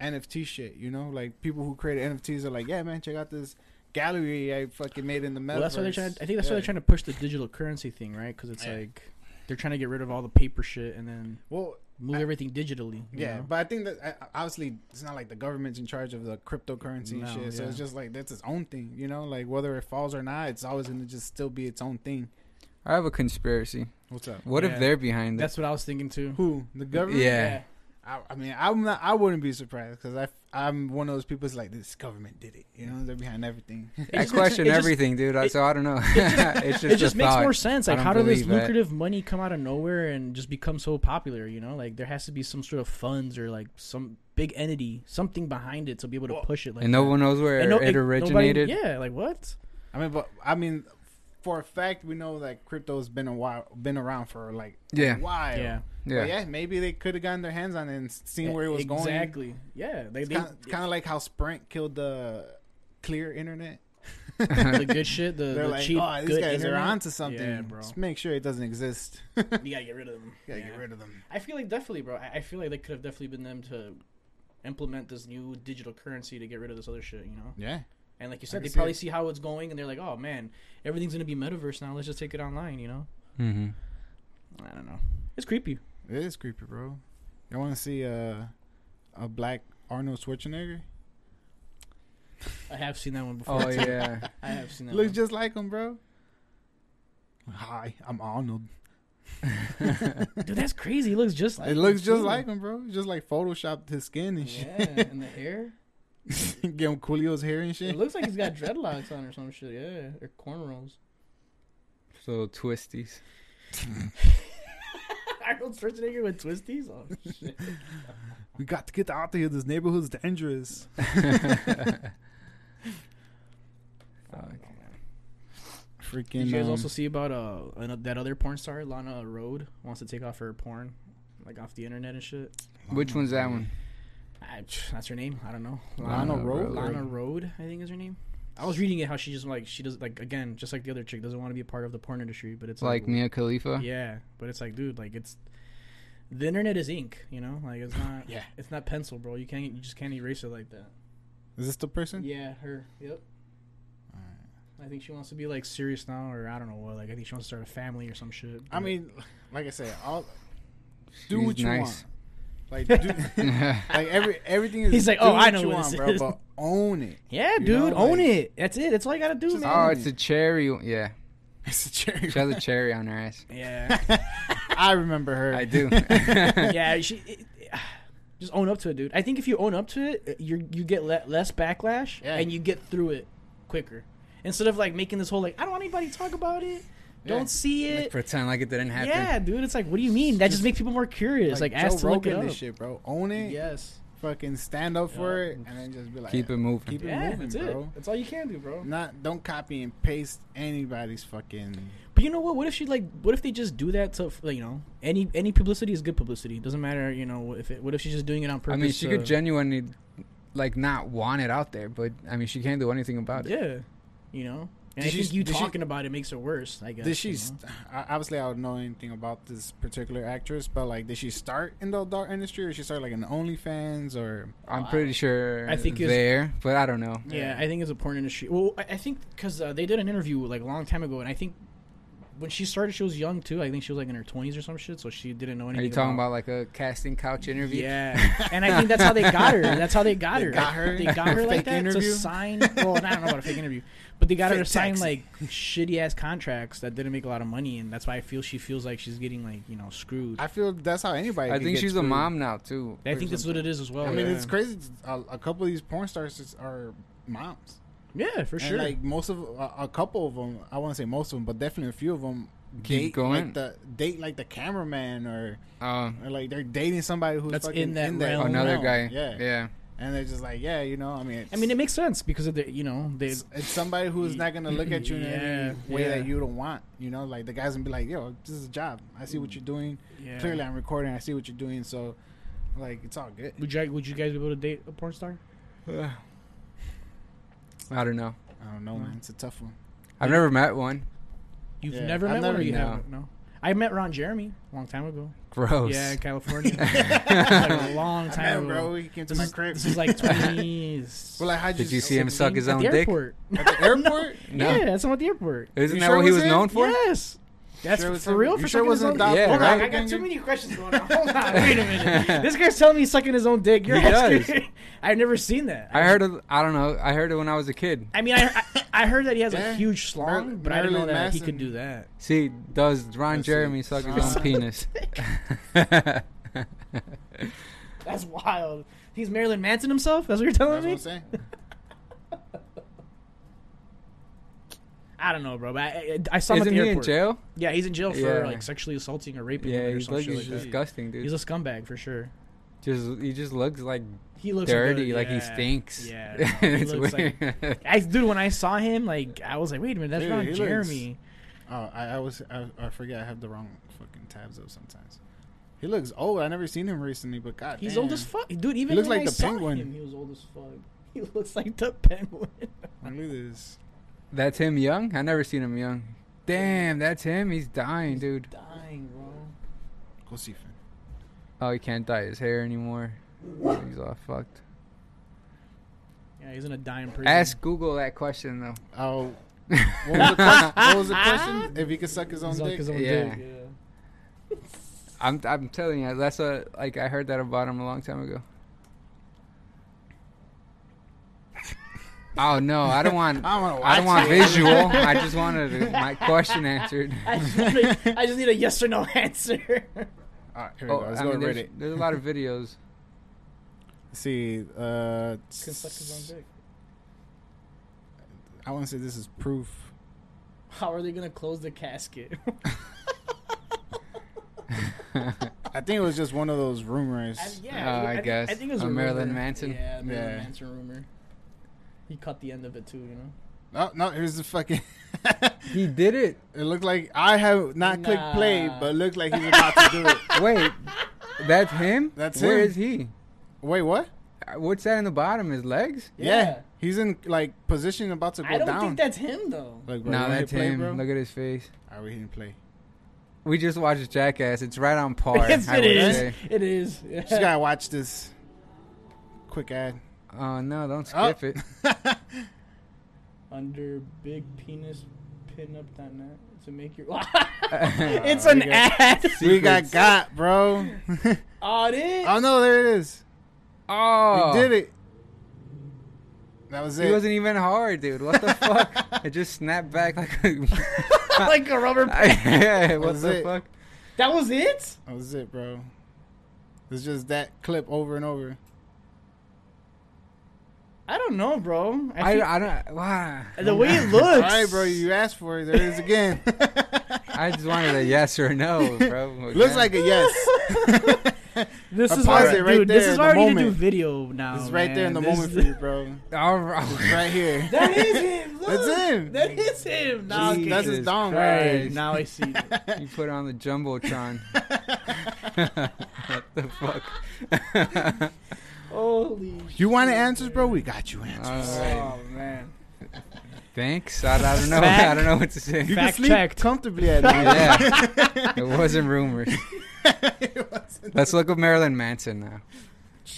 NFT shit. You know, like people who create NFTs are like, yeah, man, check out this gallery I fucking made in the metaverse. Well, that's why they're trying. I think that's why Yeah. they're trying to push the digital currency thing, right? Because it's Yeah. like they're trying to get rid of all the paper shit and then Well, move I- everything digitally. you yeah, know? but I think that I- I- obviously it's not like the government's in charge of the cryptocurrency and No, shit. So yeah. it's just like that's its own thing. You know, like whether it falls or not, it's always gonna just still be its own thing. I have a conspiracy. What's up? What Yeah. if they're behind it? that's what I was thinking too. Who the government? Yeah. I, I mean, I'm not. I wouldn't be surprised because I I'm one of those people. that's like this government did it. You know, they're behind everything. It I just makes- question it just- everything, dude. I it- so I don't know. it's just, it just a makes thought. more sense. I Like, don't how does this believe it. lucrative money come out of nowhere and just become so popular? You know, like there has to be some sort of funds or like some big entity, something behind it to be able to Well, push it. Like, and no that. one knows where And no- it like, nobody- originated. yeah, like what? I mean, but I mean, for a fact, we know that crypto's been a while, been around for like Yeah. a while. Yeah, E, But Oh, yeah. yeah. Maybe they could have gotten their hands on it and seen where it was exactly. going. Yeah, they, It's they, kind of, like how Sprint killed the clear internet. the good shit, the, They're the like, cheap, oh, these good guys internet. are onto something. Yeah, bro. Just make sure it doesn't exist. Gotta You gotta get rid of them. Yeah. get rid of them. I feel like definitely, bro. I, I feel like they could have definitely been them to implement this new digital currency to get rid of this other shit. You know, Yeah. And like you said, can they see probably it. see how it's going, and they're like, "Oh man, everything's gonna be metaverse now. Let's just take it online." You know? Mm-hmm. I don't know. It's creepy. It is creepy, bro. You want to see uh, a black Arnold Schwarzenegger? I have seen that one before. Oh yeah. I have seen that. Looks one. just like him, bro. Hi, I'm Arnold. Dude, that's crazy. He looks just like. it looks him, just too. like him, bro. Just like photoshopped his skin and Yeah, and the hair. shit. Give him Coolio's hair and It shit. looks like he's got dreadlocks on or some shit. Yeah, or cornrows. Just little twisties. Arnold Schwarzenegger with twisties. Oh shit. We got to get out of here. This neighborhood's dangerous. Oh, Fuck. Freaking. Did you guys um, also see about uh an- that other porn star Lana Road wants to take off her porn, like off the internet and shit? Which one's that one? I, that's her name. I don't know. Lana Lana Road. Rhoades. Lana Road, I think is her name. I was reading it how she just like she does like again just like the other chick doesn't want to be a part of the porn industry, but it's Like Mia Khalifa. Yeah, but it's like dude, like it's the internet is ink, you know, like it's not Yeah. it's not pencil, bro. You can't you just can't erase it like that. Is this the person? Yeah, her. Yep. Alright. I think she wants to be like serious now, or I don't know what. Like I think she wants to start a family or some shit. I but- mean, like I said, all do She's what you nice. want. Like, do, like every everything is. He's like, do "Oh, I know you what this is." But own it. yeah, you dude, know, own like- it. That's it. That's all you gotta do, Just man. oh, it's a cherry. one. Yeah, It's a cherry. she has a cherry on her ass. yeah, I remember her. I do. yeah. She it, it- just own up to it, dude. I think if you own up to it, you you get le- less backlash Yeah. and you get through it quicker. Instead of like making this whole like I don't want anybody to talk about it, Yeah. don't see Like, it. pretend like it didn't happen. yeah, dude. It's like what do you mean? That just makes people more curious. Like, ask to Joe look it Rogan up. this shit, bro. Own it. Yes. Fucking stand up for Yeah. it, and then just be like, Keep it moving. Keep it Yeah, moving, that's bro. it. That's all you can do, bro. Not don't copy and paste anybody's fucking. But you know what? What if she like? What if they just do that to like, you know? Any any publicity is good publicity. Doesn't matter, you know. If it, what if she's just doing it on I purpose? mean, she to- could genuinely, like, not want it out there, but I mean, she can't do anything about it. yeah, you know. And Did I she- think you did she- talking about it makes it worse. I guess. Did she? you St- know? I- obviously, I don't know anything about this particular actress, but like, did she start in the adult industry, or she started like in OnlyFans, or I'm pretty sure. I think it's- there, but I don't know. Yeah, I think it's a porn industry. Well, I I think because uh, they did an interview like a long time ago, and I think when she started, she was young too. I think she was like in her twenties or some shit, so she didn't know anything. Are you talking about like a casting couch interview? Yeah, and I think that's how they got her. That's how they got They her. got her? They got her like Fake that interview? to sign. Well, I don't know about a fake interview, but they got her Fake to sign text. like shitty ass contracts that didn't make a lot of money, and that's why I feel she feels like she's getting like you know screwed. I, I feel that's how anybody. I could think get she's a screwed. mom now too. think that's what it is as well. I mean, yeah. it's crazy. A, a couple of these porn stars is- are moms. Yeah, for And, sure. like most of a, a couple of them, I want to say most of them, but definitely a few of them Keep date going. like the date like the cameraman or, Uh, or like they're dating somebody who's That's fucking in that realm. another realm. guy. Yeah. yeah. and they're just like, yeah, you know, I mean, it's, I mean, it makes sense because of the you know they. it's, it's somebody who's not gonna look at you in Yeah, any way yeah. that you don't want. You know, like the guys gonna be like, yo, this is a job. I see what you're doing. Mm. Yeah. Clearly, I'm recording. I see what you're doing. So, like, it's all good. Would you would you guys be able to date a porn star? I don't know. I don't know, man. It's a tough one. I've never met one. You've Yeah, never I've met one, never- or you no. haven't? No. I met Ron Jeremy a long time ago. Gross. Yeah, in California. like a long I time know, ago. bro. He came to This my is, crib. this is like 20. Well, like, how'd Did you see him Sixteen suck his at own the dick? airport. at the airport? No. Yeah, that's him at the airport. Isn't You that sure what he it was was him? known for? Yes. That's sure it was for him? real. You for sure it sucking his wasn't own- Doppel- Yeah, Hold on, right? I got too many questions going on. Hold on, wait a minute. This guy's telling me he's sucking his own dick. You're He does. asking. I've never seen that. I heard it. I don't know. I heard it when I was a kid. I mean, I, I, I heard that he has Yeah. a huge slong, Mar- but I didn't know Marilyn that he Manson. could do that. See, does Ron Let's see. Jeremy suck his Uh. own penis? That's wild. He's Marilyn Manson himself. That's what you're telling That's what me. I'm saying. I don't know, bro. But I, I, I saw him at Isn't the he airport. in jail? Yeah, he's in jail for Yeah. like sexually assaulting or raping Yeah, women or he's, some look, shit like he's that. disgusting, dude. He's a scumbag for sure. just he just looks like He looks dirty, good, like he yeah. stinks. Yeah, no, he it's looks weird. like. I, dude, when I saw him, like I was like, wait a minute, that's Dude, he not looks- Jeremy. Oh, I, I was I, I forget I have the wrong fucking tabs up sometimes. He looks old. I never seen him recently, but god, He's damn. old as fuck, dude. Even looks when like I the saw penguin. him, he was old as fuck. He looks like the penguin. Look at this. that's him young. I never seen him young. Damn, that's him. He's dying, dude. Dying, bro. Go see Finn. Oh, he can't dye his hair anymore. He's all fucked. Yeah, he's in a dying prison. Ask Google that question though. Oh, what was the question? what was the question? If he could suck his own He's like dick. his own Yeah. dick, yeah. I'm I'm telling you, that's a like I heard that about him a long time ago. Oh no, I don't want I don't want to watch. I don't want it. visual. I just wanted my question answered. I just, need a, I just need a yes or no answer. All right, here we Oh, go. Let's I go mean, to there's, Reddit. there's a lot of videos. See, uh, Can suck his own dick. I want to say this is proof. How are they gonna close the casket? I think it was just one of those rumors. Oh, I thi- guess. I think it was A a, Marilyn rumor. Manson? Yeah, a Marilyn Yeah. Manson rumor. He cut the end of it too, you know. No, no, here's the fucking. He did it. it looked like I have not clicked play, Nah. but it looked like he's about to do it. Wait, that's him. That's Where him. is he? Wait, what? Uh, What's that in the bottom? His legs? Yeah. he's in like position about to go I don't down. think that's him though. like, bro, No, you wanna hit that's play, him. Bro? Look at his face. Are we hitting play? We just watched Jackass. It's right on par. yes, I it would is. say. It is. Yeah. Just gotta watch this quick ad. Oh no, don't skip Oh. it. Under big penis pinup.net to make your. it's It's Uh, an an we got- ad. we got Secrets. got, bro. Oh, it is. oh no, there it is. Oh, He did it. That was it. It wasn't even hard, dude. What the fuck? It just snapped back like a. like a rubber. yeah, what That's the it. fuck? that was it. That was it, bro. It's just that clip over and over. I don't know, bro. I, feel- I don't. Wow. the way it All looks. right, bro, you asked for it. There it is again. I just wanted a yes or no, bro. Looks like a yes. This I is paused already, it right dude. This there is in the why we need to do moment. video now. it's right there in the Oh, man. This moment for is- you, bro. All right. Right here. That is him. Look. That's him. That is him. Now, That's- okay. that's his Jesus dong Hey, right Christ. now I see. it. You put on the jumbotron. what the fuck? Holy. You want shit, answers, man. bro? We got you answers. All right. Oh man. Thanks. I, I don't know. I Fact. don't know what to say. You Fact can sleep checked. comfortably at night. Yeah. It wasn't rumors. It wasn't- Let's look at Marilyn Manson now.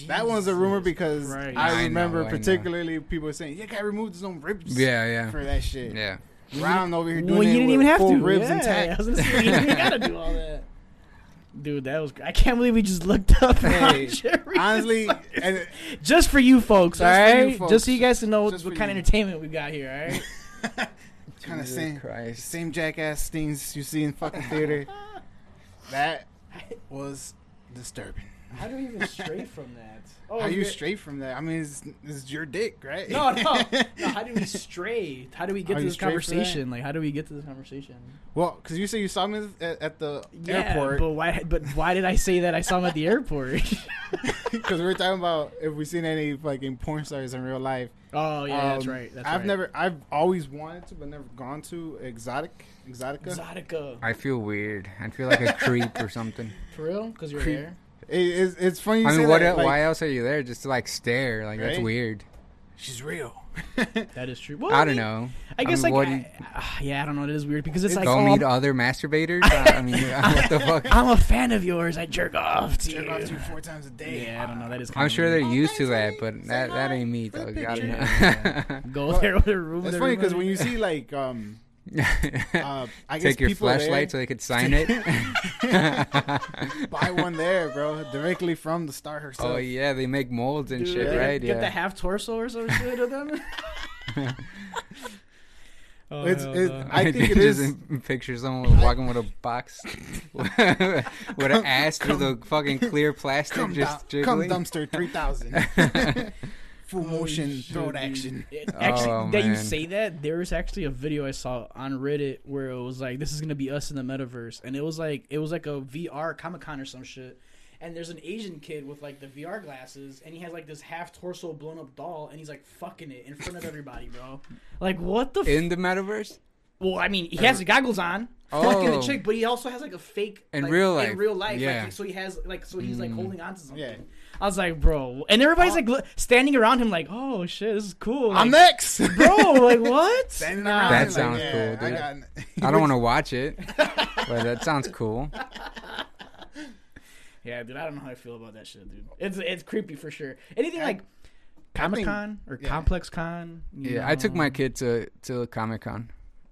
that one's a rumor because Christ. I know, I remember I know. particularly people saying, "You got removed his own ribs." Yeah, yeah, For that shit. yeah. Round over here doing Well, it you didn't with even have full to. ribs yeah, I intact. was gonna say you didn't gotta do all that. Dude, that was. Cr- I can't believe we just looked up. Hey, Ron Jeremy. Honestly, and just for you folks, Just all for you right. folks. Just so you guys can know Just what for kind of you. entertainment we got here, all right. Kinda Jesus same. Christ. same jackass things you see in fucking theater. that was disturbing. How do we even stray from that? Oh, How How you you're- straight from that? I mean, it's, it's your dick, right? No, no, no. How do we stray? How do we get Are to you this straight for conversation? Like, how do we get to this conversation? well, because you say you saw me at, at the Yeah, airport but why? But why did I say that I saw him at the airport? because we were talking about if we seen any fucking porn stars in real life. oh yeah, that's Um, right. That's I've right. never, I've always wanted to, but never gone to exotic, exotica. Exotica I feel weird. I feel like a creep or something. for real? Because you're Creep. there. It- it's, it's funny. You I say mean, what? that, el- like, why else are you there? Just to like stare? Like that's Right? weird. She's real. That is true. Well, I don't mean, know. I guess mean, like what- I, ah, yeah, I don't know. It is weird because it's, like Go oh, meet I'm- other masturbators. I mean, what the fuck? I'm a fan of yours. I jerk off to Jerk you. off to you four times a day. Yeah, I don't know. That is. Kind I'm sure they're weird. used to thanks, that, honey. but Say that that hi. ain't me, Put a dog. I don't picture. know. go Well, there with a room. It's with funny their because room. when you see like, um, uh, I guess Take your people there- flashlight so they could sign it. buy one there, bro, directly from the star herself. oh yeah, they make molds and Dude, shit, get- right? Get yeah. the half torso or some shit of them. oh, It's- hell it's- no. I think it just is- im- picture someone walking with a box with an ass through the fucking clear plastic, Come, just dum- come jiggling. dumpster three thousand. Full Holy motion, shit, throat dude. action. It- actually, Oh, that you man. say that, there was actually a video I saw on Reddit where it was like, "This is gonna be us in the metaverse," and it was like, it was like a VR Comic Con or some shit. And there's an Asian kid with like the VR glasses, and he has like this half torso blown up doll, and he's like fucking it in front of everybody, bro. Like what the? F- in the metaverse. well, I mean, he has the goggles on, fucking the Oh. chick, but he also has like a fake In like, real In life. real life, Yeah. Like, so he has like, so he's like holding on to something. Mm. Yeah. I was like, bro, and everybody's like lo- standing around him, like, oh shit, this is cool. I'm Like, next, bro. Like what? Standing Nah. around, That like, sounds yeah, cool, dude. I, got- I don't want to watch it, but that sounds cool. yeah, dude. I don't know how I feel about that shit, dude. It's it's creepy for sure. Anything like Comic Con or yeah. Complex Con. you Yeah, I took know. Mm. my kid to to Comic Con.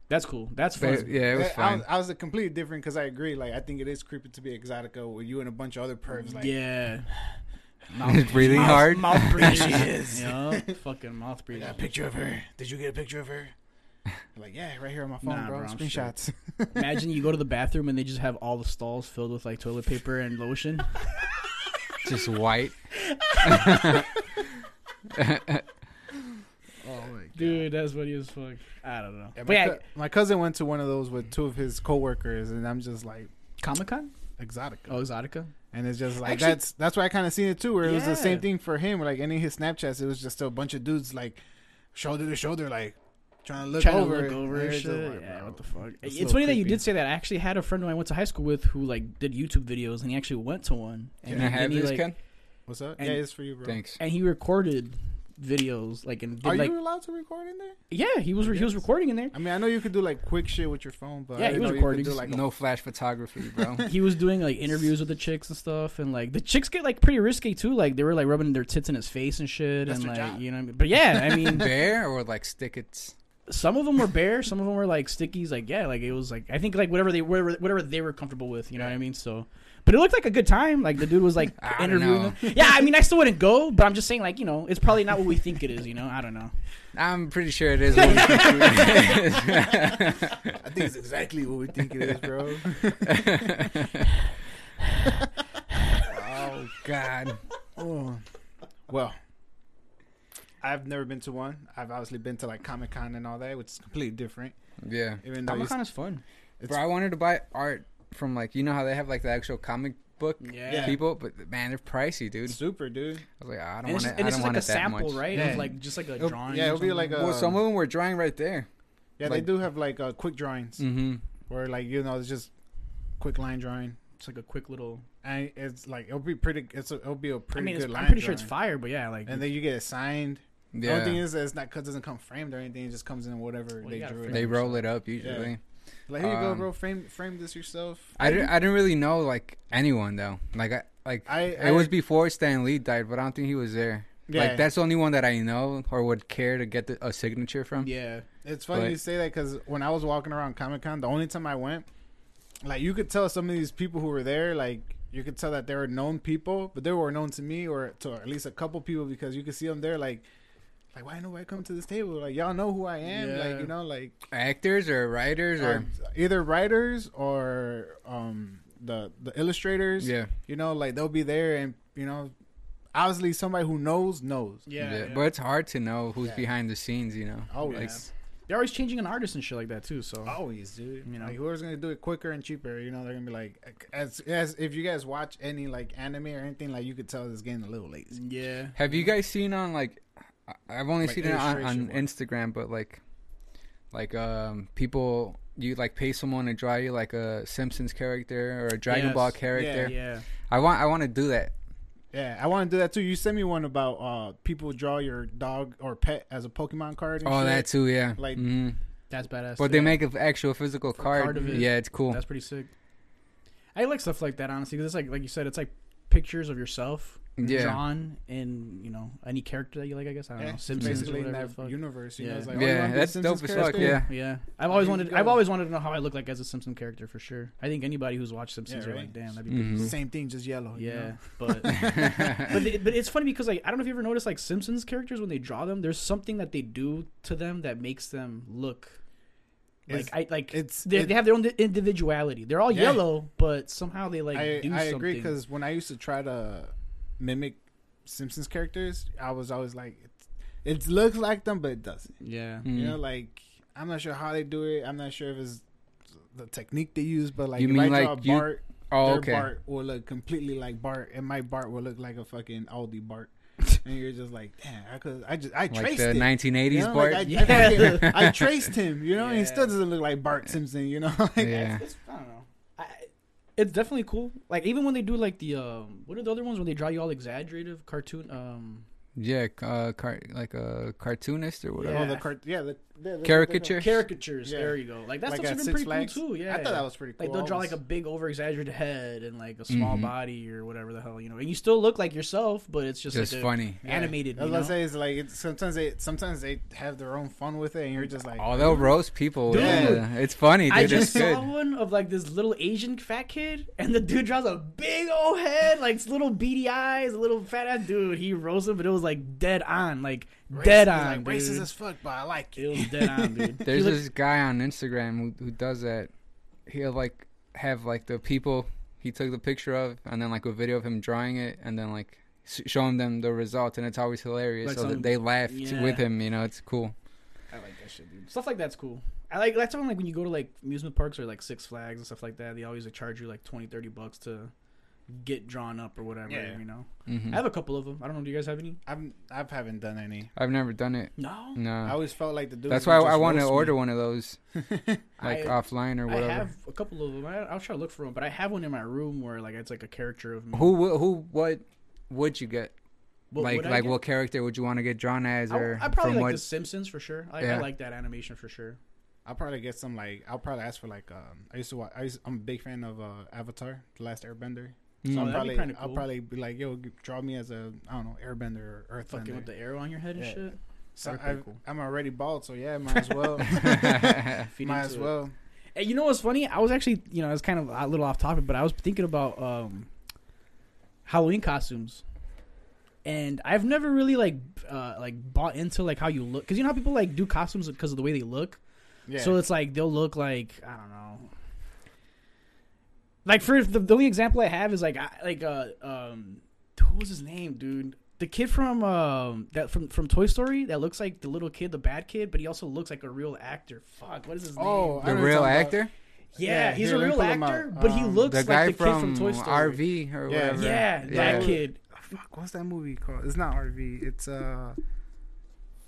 That's cool. That's Yeah, fun. it was I, I fun. was, I was a completely different because I agree. Like I think it is creepy to be exotica with you and a bunch of other pervs. Like yeah. breathing hard. Mouth breathing. She is. You know, fucking mouth I breathing. got a picture of her. Did you get a picture of her? like yeah, right here on my phone, Nah, bro. bro, I'm straight. Screenshots. Imagine you go to the bathroom and they just have all the stalls filled with like toilet paper and lotion. Just white. oh my god. Dude, that's funny as fuck. I don't know. Yeah, but my, yeah, cou- my cousin went to one of those with two of his coworkers, and I'm just like Comic Con? exotic, Oh, Exotica? and it's just like Actually- that's that's why I kind of seen it too, where it was the Yeah. same thing for him. Like any of his Snapchats, it was just a bunch of dudes like shoulder to shoulder, like trying to look Trying over, to look over and and it's just shit. like, yeah, bro, what the fuck? that's a it's little funny that you creepy. did say that. I actually had a friend who I went to high school with who like did YouTube videos and he actually went to one. And Can I he- have and he, this, like- Ken? What's up? And- yeah, it's for you, bro. Thanks. And he recorded videos like and did, Are like you allowed to record in there? yeah he was I he was guess. recording in there. I mean, I know you could do like quick shit with your phone, but Yeah, I he didn't was know recording. You could do, like, a- no flash photography, bro. he was doing like interviews with the chicks and stuff, and like the chicks get like pretty risky too. Like they were like rubbing their tits in his face and shit, That's and their like job. you know. what I mean? But yeah, I mean, Bear or like stick it. some of them were bare, some of them were like stickies. Like yeah, like it was like I think like whatever they whatever whatever they were comfortable with. You know what I mean? So, but it looked like a good time. Like the dude was like I don't interviewing know. them. Yeah, I mean, I still wouldn't go, but I'm just saying like you know, it's probably not what we think it is. You know, I don't know. I'm pretty sure it is. what we think it is. I think it's exactly what we think it is, bro. oh God. Oh. Well, I've never been to one. I've obviously been to like Comic Con and all that, which is completely different. Yeah. Even though you, Comic Con is fun. It's- Bro, I wanted to buy art from like you know how they have like the actual comic book Yeah. people, but man, they're pricey, dude. it's super, dude. I was like, I And don't it's want just, it. and it's I don't just like want a it that much. sample, right? Yeah. Of like just like a It'll- drawing. yeah, or it'll be something. like a- well, some of them were drawing right there. Yeah, Like- they do have like uh, quick drawings Mm-hmm. where like you know it's just quick line drawing, it's like a quick little. and it's like it'll be pretty. It's a, it'll be a I pretty mean, it's, good I'm line. pretty sure it's drawing. fire, but yeah, like And then you get it signed. The Yeah. only thing is that it's not because it doesn't come framed or anything. It just comes in whatever Well, you they gotta drew. it. frame they roll it up usually. Like here you go, Um, bro. Frame frame this yourself. I didn't. I didn't really know like anyone though. Like I like I- it I- was before Stan Lee died, but I don't think he was there. Yeah. Like that's the only one that I know or would care to get the, a signature from. yeah. It's funny But- you say that because when I was walking around Comic Con, the only time I went, like you could tell some of these people who were there, like you could tell that they were known people, but they were known to me or to at least a couple people because you could see them there, like, like why nobody come to this table? Like y'all know who I am, Yeah. like you know, like Actors or writers or or either writers or um the the illustrators, yeah. you know, like they'll be there and you know, obviously somebody who knows knows. Yeah, yeah. But it's hard to know who's Yeah. behind the scenes, you know. Always, they're always changing an artist and shit like that too. So Always, dude. You know? You know, like, whoever's gonna do it quicker and cheaper, you know, they're gonna be like, as as if you guys watch any like anime or anything, like you could tell it's getting a little lazy. yeah, Have you guys seen on like? I- I've only Mm-hmm. Like seen it on, on illustration work. Instagram, but like, like um, people you like pay someone to draw you like a Simpsons character or a Dragon Yes. Ball character. yeah. I want I want to do that. Yeah, I want to do that too. You sent me one about uh people draw your dog or pet as a Pokemon card. And Oh, shit. that too, yeah. Like- hmm That's badass. but too. they make an actual physical card. card of it. Yeah, it's cool. That's pretty sick. I like stuff like that honestly because it's like like you said, it's like pictures of yourself Yeah. drawn in you know any character that you like. I guess I don't Yeah, know it's uh, Simpsons or basically in whatever. that the fuck. universe. You Yeah. know, it's like, Yeah, oh, you wanna be a that's Simpsons dope as fuck, character? yeah. yeah, I've always you wanted. go. I've always wanted to know how I look like as a Simpson character for sure. I think anybody who's watched Simpsons, Yeah, Oh, are right? like, damn, that'd be. Mhm. Same thing, just yellow. you Mm-hmm. Yeah, know? but but it- but it's funny because like I don't know if you ever noticed like Simpsons characters when they draw them, there's something that they do to them that makes them look like It's- I like it's- they, it- they have their own individuality. They're all Yeah. yellow, but somehow they like I, do I something. agree because when I used to try to mimic Simpsons characters, I was always like, it's, it looks like them, but it doesn't. yeah, Mm. You know, like I'm not sure how they do it. I'm not sure if it's the technique they use, but like You if mean I draw like you- Bart, oh, their okay. Bart will look completely like Bart, and my Bart will look like a fucking Aldi Bart. and you're just like, damn, I could, I just, I Like traced the it. 1980s you know? Bart. Like, I, Yeah. I, fucking- I traced him, you know, and Yeah. he still doesn't look like Bart Simpson, you know. like, yeah. It's, I don't know. I, it's definitely cool. Like even when they do like the um, what are the other ones when they draw you all exaggerated cartoon um Yeah, uh, car- like a cartoonist or whatever. Oh, Yeah. the cart. Yeah, the, the- the- the- Caricature? Caricatures. Yeah. There you go. Like that's Like also at been Six pretty Flags? cool too. Yeah, I thought that was pretty cool. like they'll draw like a big over exaggerated head and like a small body or whatever the hell you know, and you still look like yourself, but it's just, Just like a- funny. animated. I was you gonna know? say it's like it's, sometimes they sometimes they have their own fun with it, and you're just like, Oh, they'll roast people. Dude. yeah, it's funny, dude. I just it's saw good. one of like this little Asian fat kid, and the dude draws a big old head, like it's little beady eyes, a little fat ass dude. He roasted him, but it was like dead on, like "Rac- dead he's on, like, racist dude. as fuck, but I like It you. was dead on, dude. He There's looked- this guy on Instagram who, who does that. He'll like have like the people he took the picture of, and then like a video of him drawing it, and then like s- showing them the results, and it's always hilarious. Like so some- that they laugh t- yeah. with him. You know, it's cool. I like that shit, dude. stuff like that's cool. I like that's when like when you go to like amusement parks or like Six Flags and stuff like that, they always like, charge you like 20, 30 bucks to get drawn up or whatever. Yeah. You know, hmm I have a couple of them. I don't know. Do you guys have any? I'm I haven't done any. I've never done it. No, I No, always felt like the dude. that's why I, I want to order one of those, like I- offline or I whatever. have a couple of them. I, I'll try to look for them, but I have one in my room where like it's like a character of me. Who wou- who what would you get? What like would I like get? what character would you want to get drawn as? I, Or I probably from like what? The Simpsons for sure. I, I Yeah. like that animation for sure. I'll probably get some like I'll probably ask for like um I used to watch I used, I'm a big fan of uh, Avatar, The Last Airbender. So Mm. Oh, I'll that'd be probably kinda I'll cool. probably be like yo g- draw me as a I don't know Airbender or Fucking with Earthbender. the arrow on your head and Yeah. shit. So that'd be I, cool. I'm already bald, so yeah, might as well. Feed might into as it. well. Hey, you know what's funny? I was actually, you know, it's kind of a little off topic, but I was thinking about um, Halloween costumes, and I've never really like uh, like bought into like how you look because you know how people like do costumes because of the way they look. Yeah. So it's like they'll look like I don't know. Like for the, the only example I have is like I, like uh um what was his name, dude? The kid from um that from from Toy Story that looks like the little kid, the bad kid, but he also looks like a real actor. Fuck, what is his name? Oh, I the know what real you're talking actor, Yeah, yeah, he's here, a let me real pull him actor, up. but he Um, looks the like guy the kid from, from Toy Story. RV or Yeah. whatever. Yeah, Yeah. that kid. Fuck, what's that movie called? It's not RV. It's uh,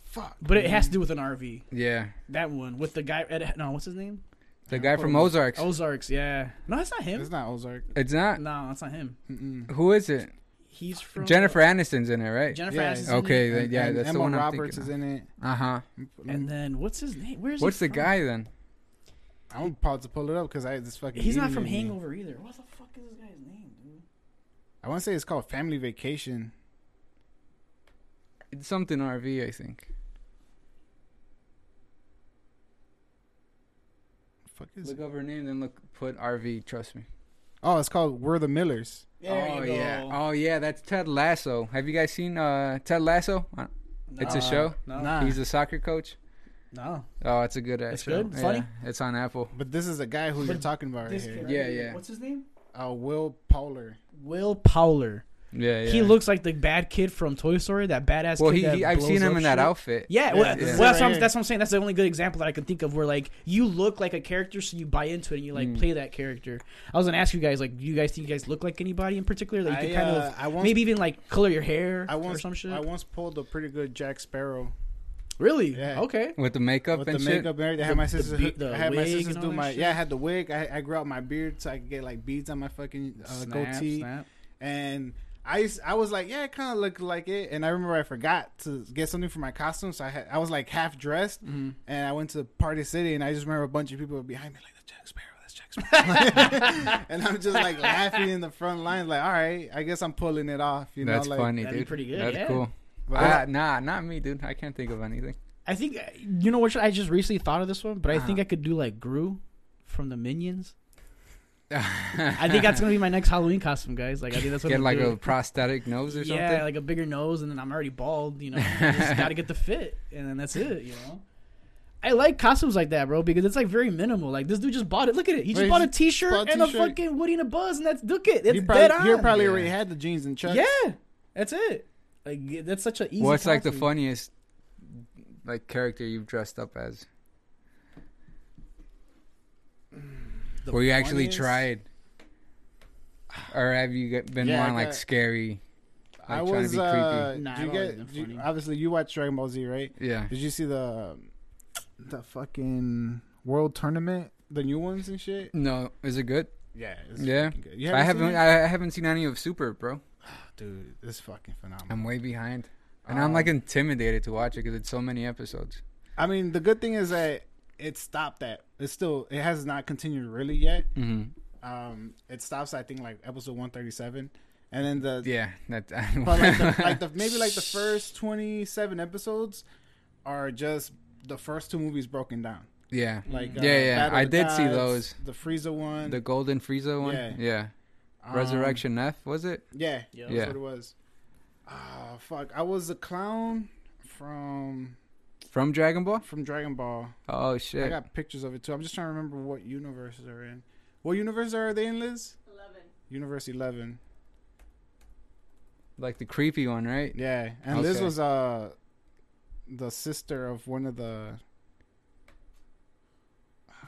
fuck. But it Mm-hmm. has to do with an RV. Yeah. That one with the guy. Ed, no, what's his name? The Yeah, guy put from him on. Ozarks. Ozarks. Yeah. No, that's not him. It's not Ozark. It's not. No, that's not him. Mm-mm. Who is it? He's from Jennifer Aniston's in it, right? Jennifer Yeah. Aniston's in Okay, it. then, yeah, And that's Emma the one I'm Roberts thinking. is in it. Uh huh. And then what's his name? Where's What's the guy then? I'm about to pull it up because I just fucking. He's not from idiot me. Hangover either. What the fuck is this guy's name, dude? I want to say it's called Family Vacation. It's something RV, I think. Fuck is Look it? up her name, then look put RV. Trust me. Oh, it's called We're the Millers. oh yeah. Oh yeah. That's Ted Lasso. Have you guys seen uh, Ted Lasso? Uh, Uh-uh. It's a No. show. No, Nah. He's a soccer coach. no. Oh, it's a good ass It's show. good? It's Yeah, funny? It's on Apple. But this is the guy who you're But talking about right This kid here. right Yeah, here. yeah. What's his name? Uh, Will Powler. Will Powler. Yeah, yeah. He looks like the bad kid from Toy Story. That badass. Well, kid he, that he I've blows seen him up in that shit. outfit. Yeah, Yeah, well, this is well, that's, right what I'm, here. that's what I'm saying. That's the only good example that I can think of where like you look like a character, so you buy into it and you like Mm. play that character. I was gonna ask you guys like, do you guys think you guys look like anybody in particular that you I, could kind uh, of I once, maybe even like color your hair I or once, some shit? I once pulled a pretty good Jack Sparrow really? Yeah. Okay. With the makeup with and the shit. makeup and everything. I had The- my the sisters, be- the I had my wig sisters and do all that my. shit? Yeah, I had the wig. I, I grew out my beard so I could get like beads on my fucking uh, goatee. and I used, I was like, yeah, it kind of looked like it. And I remember I forgot to get something for my costume, so I had, I was like half dressed, Mm-hmm. and I went to Party City, and I just remember a bunch of people behind me like, "That's Jack Sparrow, that's Jack Sparrow," and I'm just like laughing in the front line, like, all right, I guess I'm pulling it off. You That's know, like, funny, That'd be dude. pretty good, That's yeah. cool. But I, nah, not me, dude. I can't think of anything. I think uh, you know what should- I just recently thought of this one, but I Uh-huh. think I could do like Gru from the Minions. I think that's gonna be my next Halloween costume, guys. Like I think that's what Get I'm like gonna a prosthetic nose do. or yeah, something. like a bigger nose, and then I'm already bald. You know, I just gotta get the fit, and then that's it. You know. I like costumes like that, bro, because it's like very minimal. Like this dude just bought it. Look at it. He just Wait, bought a he just T-shirt bought a and a t-shirt. fucking Woody and a Buzz, and that's look it. It's you dead probably, you on. probably Yeah. already had the jeans and chucks. yeah, that's it. Like that's such an easy. What's like the costume. funniest like character you've dressed up as? The Where you actually funniest- tried, or have you get- been Yeah, I more like got- scary? I like, trying to was. be Uh, creepy. Nah, do I've you always get- been do you- funny. obviously you watch Dragon Ball Z, right? Yeah. Did you see the the fucking world tournament, the new ones and shit? No, is it good? Yeah, it's Yeah. fucking good. You I seen haven't. it? I haven't seen any of Super, bro. Dude, it's fucking phenomenal. I'm way behind. and I'm Um, like intimidated to watch it because it's so many episodes. I mean, the good thing is that it stopped at. It's still. It has not continued really yet. Mm-hmm. Um, it stops. I think like episode one thirty seven, and then the Yeah, that. But like, the, like the maybe like the first twenty seven episodes are just the first two movies broken down. yeah, Like uh, Yeah, yeah, Battle of I the did see Gods, those. The Frieza one, the Golden Frieza one. Yeah. Yeah, um, Resurrection F was it? Yeah, Yeah. that's Yeah. what it was. Ah, fuck! I was the clown from From Dragon Ball? from Dragon Ball. Oh I shit! got pictures of it too. I'm just trying to remember what universe they're in. What universe are they in, Liz? Eleven. Universe eleven. like the creepy one, right? Yeah, and Liz Okay. was uh the sister of one of the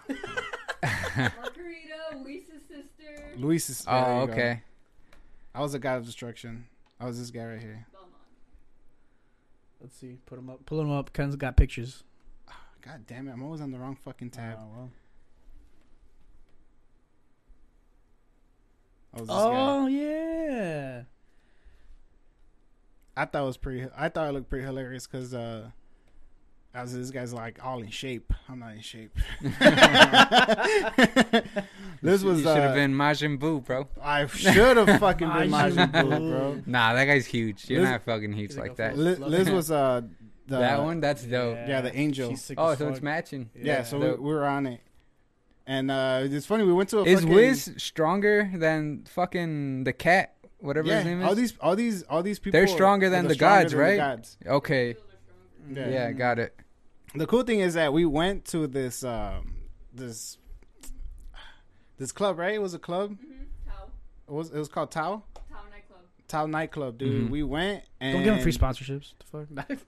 Margarita, Luisa's sister, Luis's. Oh, there you go. okay. I was the god of destruction. I was this guy right here. Belmont. Let's see. Put them up. Pull them up. Ken's got pictures. God damn it! I'm always on the wrong fucking tab. I was this guy. Oh yeah. I thought it was pretty. I thought it looked pretty hilarious because uh, I was this guy's like all in shape. I'm not in shape. this was should have uh, been Majin Buu, bro. I should have fucking been Majin Majin Buu, Buu. bro. Nah, that guy's huge. You're Liz- not fucking huge He's like like a that. full- Li- Liz was uh the that one, that's dope. Yeah, the angel. She's sick Oh, as so it's fuck. matching. Yeah, Yeah. so we, we were on it, and uh it's funny we went to a Is fucking, Wiz stronger than fucking the cat? Whatever Yeah, his name is. all these all these all these people They're stronger than the they're stronger gods, than right? gods. okay. Yeah. Yeah. got it. the cool thing is that we went to this um this this club right it was a club Mm-hmm. Tao. it was it was called tau Tao nightclub. tau nightclub dude Mhm. we went and Don't give him free sponsorships. The fuck.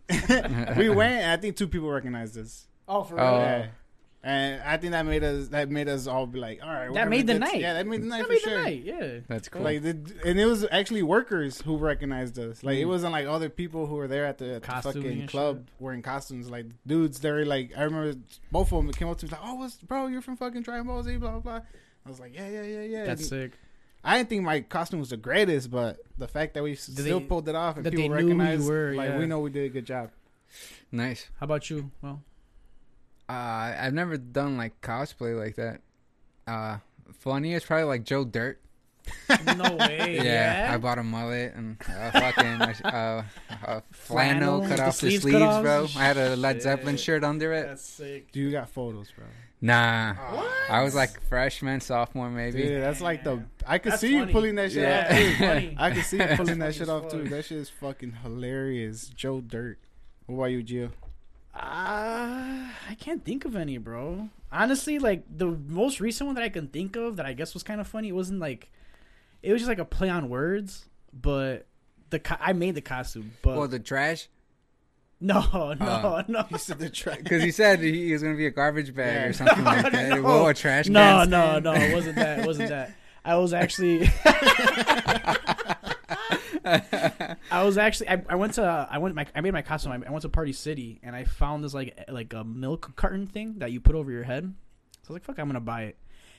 we went and i think two people recognized us oh, for real? Oh. yeah and i think that made us that made us all be like all right we're That having made a the good- night. yeah that made the night That for made the sure night. Yeah. That's cool. Like, the, and it was actually workers who recognized us. Like, it Mm. wasn't like other people who were there at the, at the Costuming fucking and club wearing costumes. Like, dudes, they're like, I remember both of them came up to me like, "Oh, what's bro? You're from fucking Dragon Ball Z?" Blah blah. blah. I was like, "Yeah, yeah, yeah, yeah." That's And sick. I didn't think my costume was the greatest, but the fact that we still they- pulled it off and that people they knew who you recognized, were, like, yeah. we know we did a good job. nice. How about you? Well, Uh, I've never done like cosplay like that. Uh, funniest probably like Joe Dirt. no way. Yeah, I bought a mullet and a fucking uh, a flannel, Flannel, cut the off the sleeves sleeves, cut off? bro. I had a Led Shit. Zeppelin shirt under it. That's sick. Dude, you got photos, bro. Nah, What? I was like freshman, sophomore, maybe. Dude, that's like the. I could That's see funny. you pulling that shit Yeah. off. Too. funny. I could see you pulling that That's shit funny off as too. fuck. That shit is fucking hilarious. Joe Dirt. What about you, Gio? Uh, I can't think of any, bro. Honestly, like the most recent one that I can think of that I guess was kind of funny. It wasn't like, it was just like a play on words, but the co- I made the costume, but Well, the trash, no, no, Uh, no. He said the track. because he said he was gonna be a garbage bag Yeah. or something like that. No, Whoa, a trash Oh, No, can no, stand. no, it wasn't that. It wasn't that. I was actually, I was actually, I, I went to, I went, my, I made my costume. I, I went to Party City, and I found this like, like a milk carton thing that you put over your head. So I was like, "Fuck, I'm gonna buy it."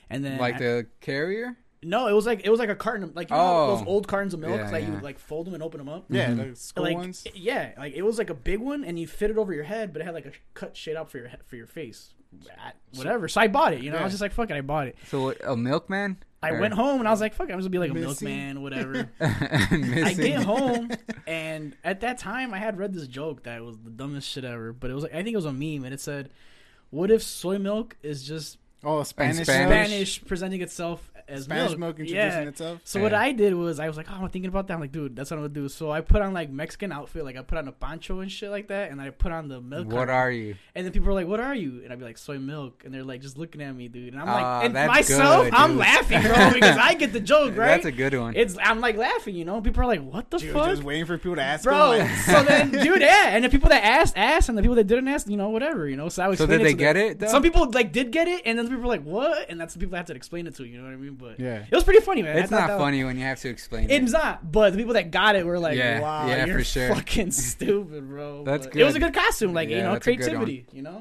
And then, like I- the carrier. no, it was like, it was like a carton, of, like you know Oh. those old cartons of milk Yeah, that you yeah. would, like fold them and open them up. Yeah, Mhm. the school like, ones. it- yeah, like it was like a big one, and you fit it over your head, but it had like a cut shit up for your he- for your face, I- whatever. So I bought it. You know, I Yeah. was just like, "Fuck it," I bought it. So what, a milkman. I Or- went home and I was like, "Fuck, it, I'm just gonna be like a Missy. milkman, whatever." I Missing. get home, and at that time, I had read this joke that was the dumbest shit ever. But it was like I think it was a meme, and it said, "What if soy milk is just Oh, Spanish. Spanish. Spanish, Spanish presenting itself as Spanish milk. milk introducing Yeah. itself. So what Yeah. I did was I was like, oh, I'm thinking about that. I'm like, dude, that's what I'm gonna do. So I put on like Mexican outfit, like I put on a poncho and shit like that, and I put on the milk. What carton. are you? And then people were like, "What are you?" And I'd be like, "Soy milk," and they're like, just looking at me, dude. And I'm Ah, like, and that's myself, good, I'm dude. laughing, bro, because I get the joke, right? That's a good one. It's I'm like laughing, you know. People are like, "What the She was fuck, just waiting for people to ask. bro?" him, like- so then, dude, yeah, and the people that asked asked, and the people that didn't ask, you know, whatever, you know. So I was. so did they get it? Though? Some people like did get it, and then people were like, "What?" And that's the people that have to explain it to. You know what I mean? But Yeah. it was pretty funny, man. I It's thought not that was- funny when you have to explain it. It's not, but the people that got it were like, Yeah, "Wow, yeah, you're for sure. fucking stupid, bro." That's But It was a good. good costume, like you Yeah, know, that's a good one. creativity. You know,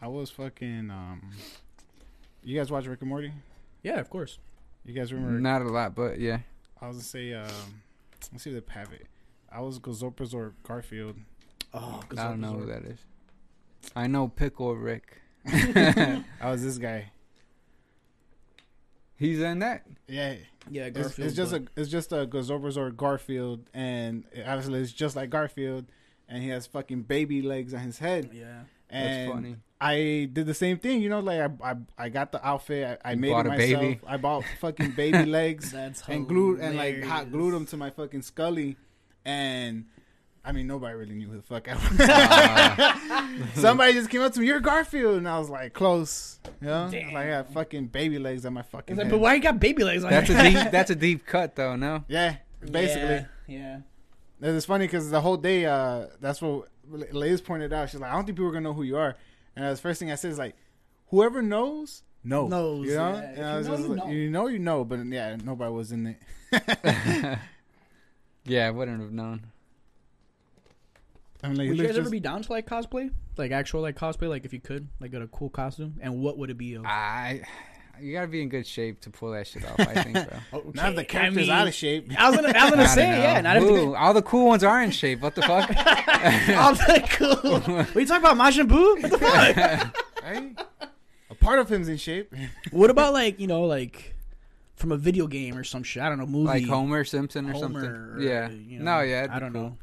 I was fucking. Um, you guys watch Rick and Morty? yeah, of course. You guys remember? not a lot, but yeah. I was gonna say. Um, Let's see if they have it. I was Gazorpas or Garfield. Oh, I don't know who that is. I know Pickle Rick. I was this guy. He's in that. Yeah, Yeah, it's, Garfield. it's just a it's just a Gazorpas or Garfield, and it- obviously it's just like Garfield, and he has fucking baby legs on his head. yeah. And That's funny. I did the same thing, you know, like I I, I got the outfit, I, I You made bought it a myself. baby. I bought fucking baby legs That's and glued and like hot glued them to my fucking scully, and I mean nobody really knew who the fuck I was. Somebody just came up to me, "You're Garfield," and I was like, "Close," you know, Damn. like I had fucking baby legs on my fucking. It's like, head. but why you got baby legs on That's your a deep. That's a deep cut, though. No. Yeah, basically. Yeah. And It's funny because the whole day, uh, that's what Liz pointed out. She's like, I don't think people are gonna know who you are. And the first thing I said is like, whoever knows, knows. Knows, you know? yeah. And If I you was know, just you like, know. you know, you know. But yeah, nobody was in it. yeah, I wouldn't have known. I mean, like, Would you it guys looks ever just- be down to like cosplay, like actual like cosplay, like if you could, like get a cool costume, and what would it be? Of? I. You gotta be in good shape to pull that shit off. I think, bro. Okay, now the I character's mean- out of shape. I was gonna, I was I gonna don't say, know. yeah, not if Ooh, all the cool ones are in shape. What the fuck? all the cool. We talk about Majin Buu. What the fuck? right? A part of him's in shape. what about like you know like from a video game or some shit? I don't know movie like Homer Simpson or something. Homer or, yeah. you know, no, yeah. I don't know.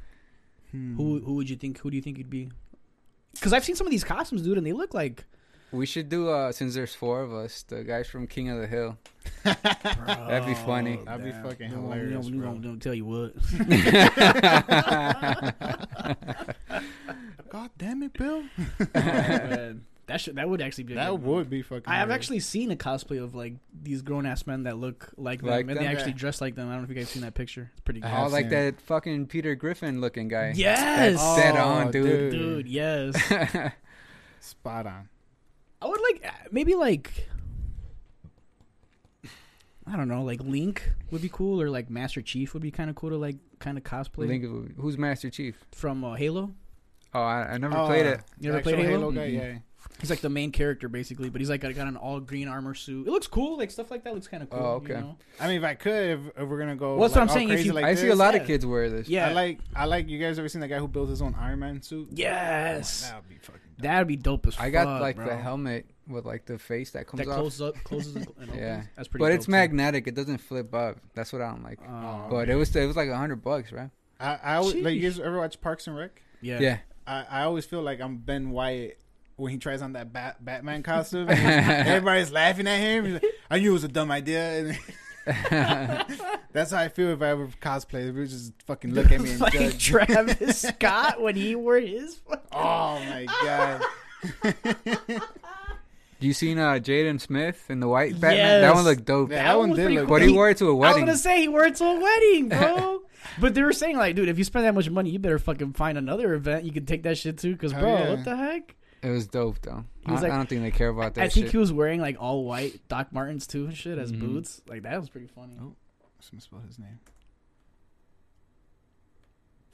Hmm. Mm. Who who would you think? Who do you think you'd be? Because I've seen some of these costumes, dude, and they look like We should do uh since there's four of us, the guys from King of the Hill. That'd be funny. Bro, That'd be damn. fucking No, hilarious, No, no, bro. no, don't tell you what. God damn it, Bill! that should that would actually be. A That good one. would be fucking. I have hilarious. actually seen a cosplay of like these grown ass men that look like them, Like and they them? actually Yeah. dress like them. I don't know if you guys seen that picture. It's pretty good. have All like seen that fucking Peter Griffin looking guy. Yes! That's dead on, Oh, dude. Dude, yes. spot on. I would like uh, maybe like I don't know, like Link would be cool, or like Master Chief would be kind of cool to like kind of cosplay Link of- who's Master Chief? from uh, Halo. Oh, I, I never Oh, played it. You ever actual played Halo? guy, Mhm. yeah. He's like the main character basically, but he's like got got an all green armor suit. It looks cool, like stuff like that looks kind of cool. Oh, You okay. know? I mean, if I could, if, if we're gonna go, Well, that's what like, I'm all saying, if crazy you- like I this, see a lot yeah. of kids wear this. Yeah, I like I like you guys ever seen that guy who built his own Iron Man suit? yes, That would be fucking dope. that'd be dope as fuck. I got like bro. the helmet with like the face that comes that off, closes up, closes and, and opens. Yeah. That's pretty. but dope, it's Oh. too. magnetic. It doesn't flip up. That's what I don't like. Um, but it was it was like a hundred bucks, right? I, I always, like you Sheesh. guys ever watch Parks and Rec? yeah, Yeah. I, I always feel like I'm Ben Wyatt when he tries on that Bat, Batman costume. and everybody's laughing at him. He's like, I knew it was a dumb idea. And that's how I feel if I ever cosplay. They would just fucking look at me and Fucking judge. Travis Scott when he wore his. oh my god. You seen uh, Jaden Smith in the white Batman? That Yes. one looked dope. Yeah, that one was did pretty look But dope. he He- wore it to a I was wedding. gonna say he wore it to a wedding, bro. but they were saying like, dude, if you spend that much money, you better fucking find another event you can take that shit to, because Oh, bro, yeah. what the heck? It was dope though. He was I, I like- don't think they care about that I think shit. he was wearing like all white Doc Martens too and shit as Mhm. boots. Like that was pretty funny. Oh. Just misspelled his name.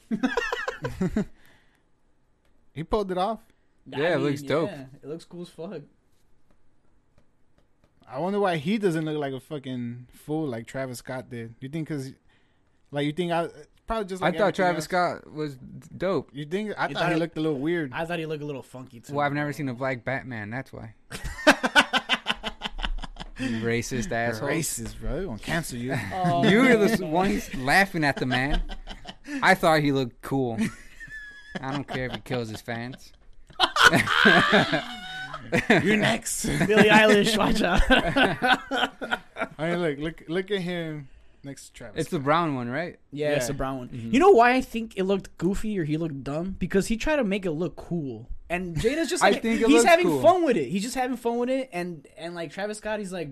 he pulled it off. Yeah, it looks dope. It looks cool as fuck. I wonder why he doesn't look like a fucking fool like Travis Scott did. You think because, like, you think I probably just. I Like thought everything Travis else. Scott was dope. You think I You thought he thought- looked a little weird. I thought he looked a little funky too. Well, I've bro. never seen a black Batman. That's why. You racist asshole. Racist, bro. They're gonna cancel you. Oh, You were the man. one laughing at the man. I thought he looked cool. I don't care if he kills his fans. you next. Billie Eilish, watch out. I mean, look, look, look at him next to Travis. It's the brown one, right? Yeah, it's Yeah. the brown one. Mhm. You know why I think it looked goofy or he looked dumb? Because he tried to make it look cool. And Jada's just I like think it he's looks having cool. fun with it. He's just having fun with it and and like Travis Scott he's like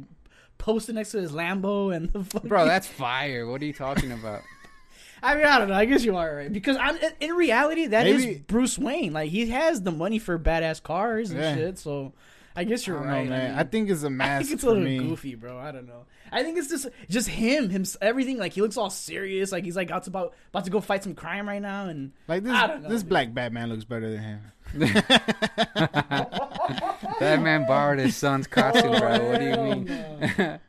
posted next to his Lambo and the fucking, Bro, that's fire. What are you talking about? I mean I don't know, I guess you are right. Because I'm, in- in reality that is Maybe- Bruce Wayne. Like he has the money for badass cars and Yeah. shit, so I guess I you're don't right. know, I man. I, mean- think it's a I mask think it's a for little me. goofy, bro. I don't know. I think it's just just him, him, everything. Like he looks all serious, like he's like out to about about to go fight some crime right now, and Like this, I don't know, this dude. black Batman looks better than him. That man borrowed his son's costume, bro. What do you Hell mean? no.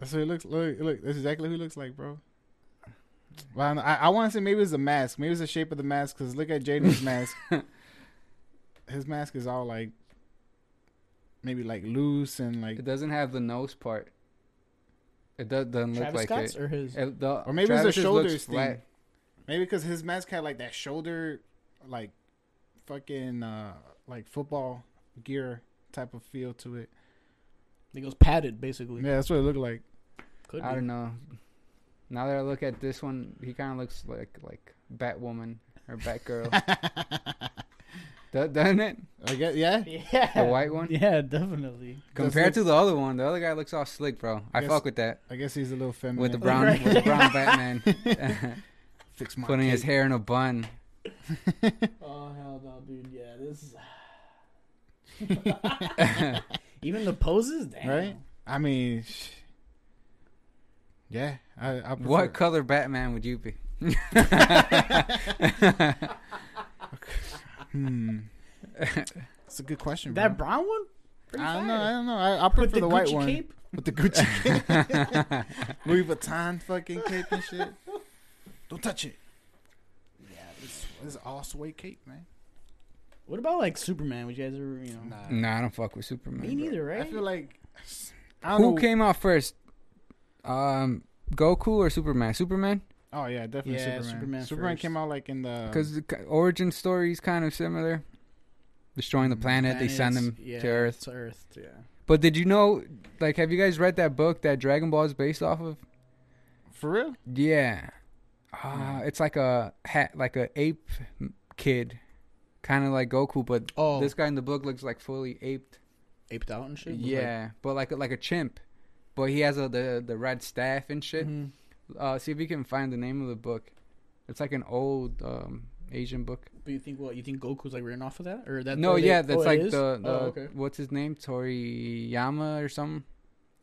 That's what he looks look look. That's exactly who he looks like, bro. Well, I, don't know. I, I want to say maybe it's the mask. Maybe it's the shape of the mask. Cause look at Jaden's mask. His mask is all like maybe like loose and like, It doesn't have the nose part. It does, doesn't look Travis like Scott's it. or his? It- the- or maybe it's the Travis's looks shoulders thing. flat. Maybe because his mask had like that shoulder, like fucking uh like football gear type of feel to it. It goes padded, basically. Yeah, that's what it looked like. Could I be. don't know. Now that I look at this one, he kind of looks like like Batwoman or Batgirl, Do- doesn't it? I guess yeah. Yeah. The white one? Yeah, definitely. Compared to the other one, the other guy looks all slick, bro. I Yes. fuck with that I guess he's a little feminine. with the brown Right. with the brown Batman fix my putting his cake. hair in a bun. Oh hell no, dude. Yeah, this. is... Even the poses, damn. Right? I mean, sh- yeah. I, I prefer- What color Batman would you be? Hmm. It's a good question. That bro. brown one. Pretty I don't know. fire. I don't know. I, I prefer With the, white Gucci one cape. with the Gucci cape, Louis Vuitton fucking cape and shit. Don't touch it. Yeah, this is all sway cape, man. What about like Superman? Would you guys ever, you know? nah, I don't fuck with Superman. Me neither, I right? feel like I don't Who know. came out first? Um, Goku or Superman? Superman, oh yeah, definitely Yeah, Superman. Superman, Superman first. came out like in the because the ki- origin story is kind of similar. Destroying the planet, they send Planets, him yeah, to Earth. To Earth, yeah. But did you know? Like, have you guys read that book that Dragon Ball is based off of? for real. Yeah, uh, it's like a hat, like a ape kid, kind of like Goku, but Oh, this guy in the book looks like fully aped. aped out and shit. with, Yeah, but like a, like a chimp, but he has a, the the red staff and Like, shit. Mhm. Uh, see if you can find the name of the book. It's like an old um, Asian book. But you think what? You think Goku's like ran off of that, or that's no, where they- yeah, oh, that's it like is? the, the Oh, okay. what's his name Toriyama or something.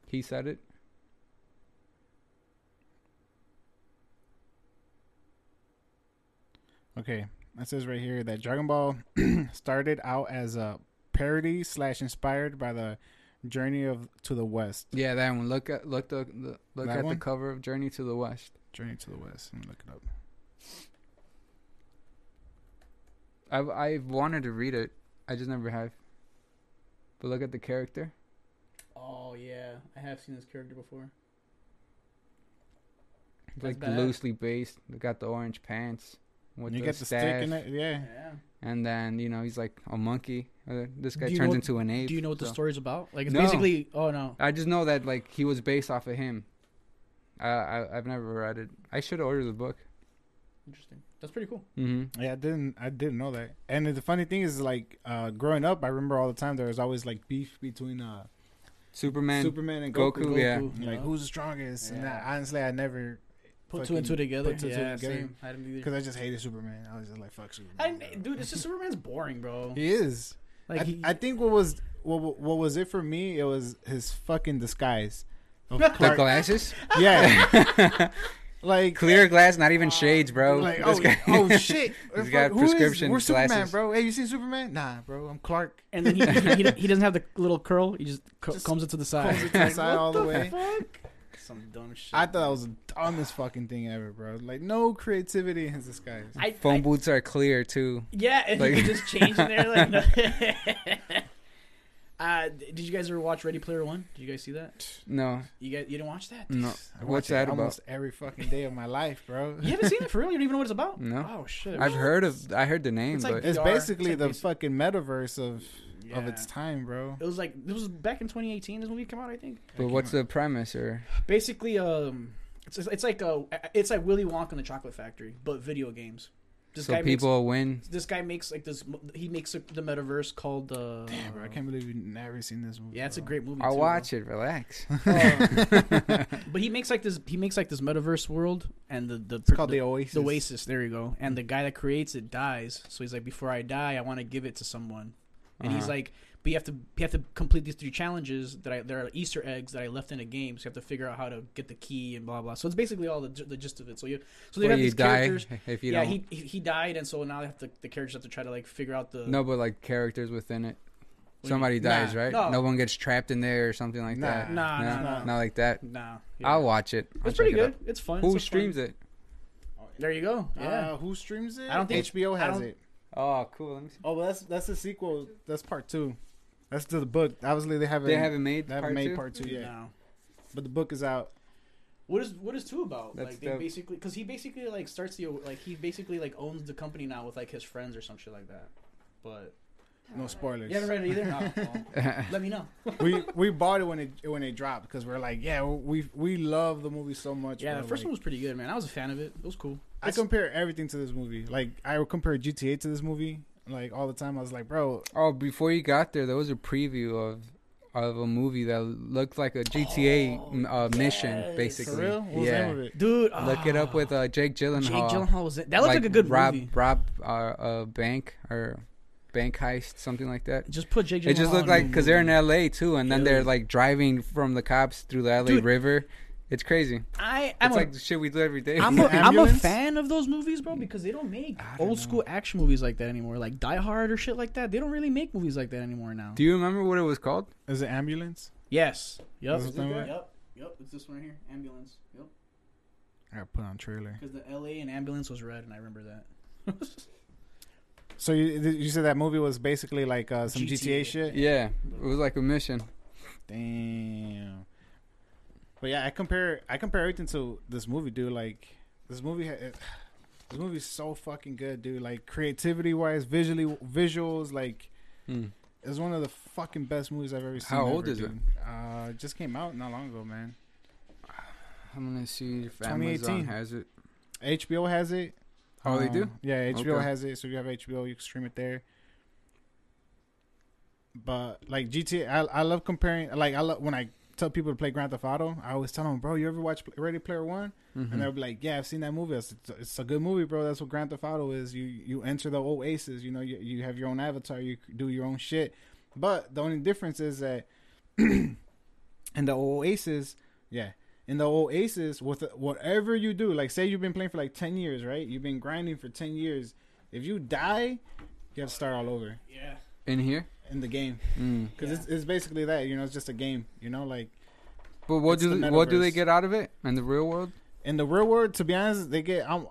He said it. Okay, it says right here that Dragon Ball started out as a parody slash inspired by the Journey of to the West. Yeah, that one. Look at look the, the look That at one? the cover of Journey to the West. Journey to the West. Let me look it up. I've I've wanted to read it. I just never have. But look at the character. Oh yeah, I have seen this character before. It's That's like badass. loosely based. They got the orange pants with you the, get the staff, stick in it, yeah. Yeah. and then you know he's like a monkey. Uh, This guy Do you turns know- into an ape. Do you know what the so- story's about? Like, it's No. basically. Oh no. I just know that like he was based off of him. I, I I've never read it. I should order the book. Interesting. That's pretty cool. Mm-hmm. Yeah, I didn't, I didn't know that. And the funny thing is, like, uh, growing up, I remember all the time there was always like beef between uh, Superman. Superman and Goku. Goku, yeah. Goku, Like, who's the strongest? And Yeah. I, honestly, I never, put two and two fucking together? put two and two yeah, together. same. I didn't either. because I just hated Superman. I was just like, fuck Superman. I didn't, dude, it's just Superman's boring, bro. he is. Like, I, he, I think what was what what was it for me? It was his fucking disguise. Of The Clark- glasses, yeah, like clear glass, not Uh, even shades, bro. Like, This oh, guy- oh shit! He's got Who is- prescription We're Superman, glasses. bro. Hey, you seen Superman? Nah, bro. I'm Clark. and then he, he, he, he doesn't have the little curl. He just, co- Just combs it to the side. Pulls it to the side all the way. fuck? Some dumb shit. I thought that was the dumbest fucking thing ever, bro. Like no creativity in his disguise. I, Phone I- boots are clear too. Yeah, if Like- you could just change in there, like. no- uh, d- did you guys ever watch Ready Player One? Did you guys see that? No, You guys, you didn't watch that? no. I watch What's it that about? almost every fucking day of my life, bro. You haven't seen it for real. You don't even know what it's about. No. Oh shit. I've heard of. I heard the name, It's like- but It's VR, basically it's like the basic- fucking metaverse of of Yeah. its time, bro. It was like this was back in 2018. This movie came out, I think. but what's the premise or? Basically, um, it's it's like a it's like Willy Wonka and the Chocolate Factory, but video games. This So guy people win. makes this guy makes like this. He makes a, the metaverse called. Uh, Damn, bro. I can't believe you've never seen this movie. Yeah, it's a bro. great movie. I'll too, watch it. Relax. though. Uh, but he makes like this. He makes like this metaverse world, and the the It's called the Oasis. Mm. The Oasis, there you go. And the guy that creates it dies, so he's like, "Before I die, I want to give it to someone." And he's Uh-huh. like, "But you have to, you have to complete these three challenges that I there are Easter eggs that I left in a game, so you have to figure out how to get the key and blah blah." So it's basically all the, the gist of it. So you, so they Well, have you these die characters. if you yeah, don't. he he he died, and so now they have to, the characters have to try to like figure out the No, but like characters within it. What do you- somebody Nah, dies, right? no. No one gets trapped in there or something like Nah, that. nah, no, nah, nah. not like that. Nah. I'll watch it. I'll It's pretty check it out. good. It's fun. Who it's a streams fun. it? There you go. Yeah. Uh, who streams it? I don't think- HBO I has don't- it. Oh, cool. Let me see. Oh, well, that's that's the sequel. That's part two. That's to the book. Obviously, they haven't They haven't made they haven't part made two? part two yet. No. But the book is out. What is what is two about? That's like they the- basically because he basically like starts the like he basically like owns the company now with like his friends or some shit like that. But No spoilers. you haven't read it either. Oh, well, let me know. we we bought it when it when it dropped because we're like, yeah, we we love the movie so much. Yeah, bro. the first Like, one was pretty good, man. I was a fan of it. It was cool. I compare everything to this movie. Like I would compare GTA to this movie like all the time. I was like, bro, Oh, before you got there, there was a preview of of a movie that looked like a GTA m- uh, mission, for basically. real, what was the yeah. name of it? Dude, ah, Look it up with uh, Jake Gyllenhaal. Jake Gyllenhaal was in. That looked like, a good rob, movie. Rob, uh, uh, bank or bank heist, something like that. Just put Jake. Gyllenhaal It just looked in like the because they're in movie. LA too, and then they're Yeah. like driving from the cops through the LA Dude. River. It's crazy. I I'm It's a, like the shit we do every day. I'm a, I'm a Ambulance? fan of those movies, bro, because they don't make I don't old know. school action movies like that anymore. Like Die Hard or shit like that. They don't really make movies like that anymore now. do you remember what it was called? Is it ambulance? Yes. Yep. Is it that way? Yep. Yep. It's this one right here. Ambulance. Yep. I gotta put on trailer. Because the LA and ambulance was red, and I remember that. So you you said that movie was basically like uh, some GTA. GTA shit. Yeah, it was like a mission. Damn. But yeah, I compare I compare everything to this movie, dude. Like this movie, ha- it, this movie is so fucking good, dude. Like creativity wise, visually visuals, like Hmm. it's one of the fucking best movies I've ever seen. How old ever, is it? dude. Uh, it just came out not long ago, man. I'm gonna see if 2018. Amazon has it. HBO has it. Oh, they Uh, do? Yeah, HBO Okay. has it. So if you have HBO, you can stream it there. But like GTA, I, I love comparing. Like I love when I tell people to play Grand Theft Auto. I always tell them, bro, you ever watch Pl- Ready Player One? Mm-hmm. And they'll be like, yeah, I've seen that movie. I said, It's, it's a good movie, bro. That's what Grand Theft Auto is. You you enter the oasis. You know, you you have your own avatar. You do your own shit. But the only difference is that in the oasis, yeah, in the oasis with whatever you do like say you've been playing for like 10 years right you've been grinding for 10 years if you die you have to start all over Yeah. In here. in the game Mm. because Yeah. it's, it's basically that you know it's just a game you know like But what It's do the what do they metaverse. get out of it in the real world? in the real world to be honest they get i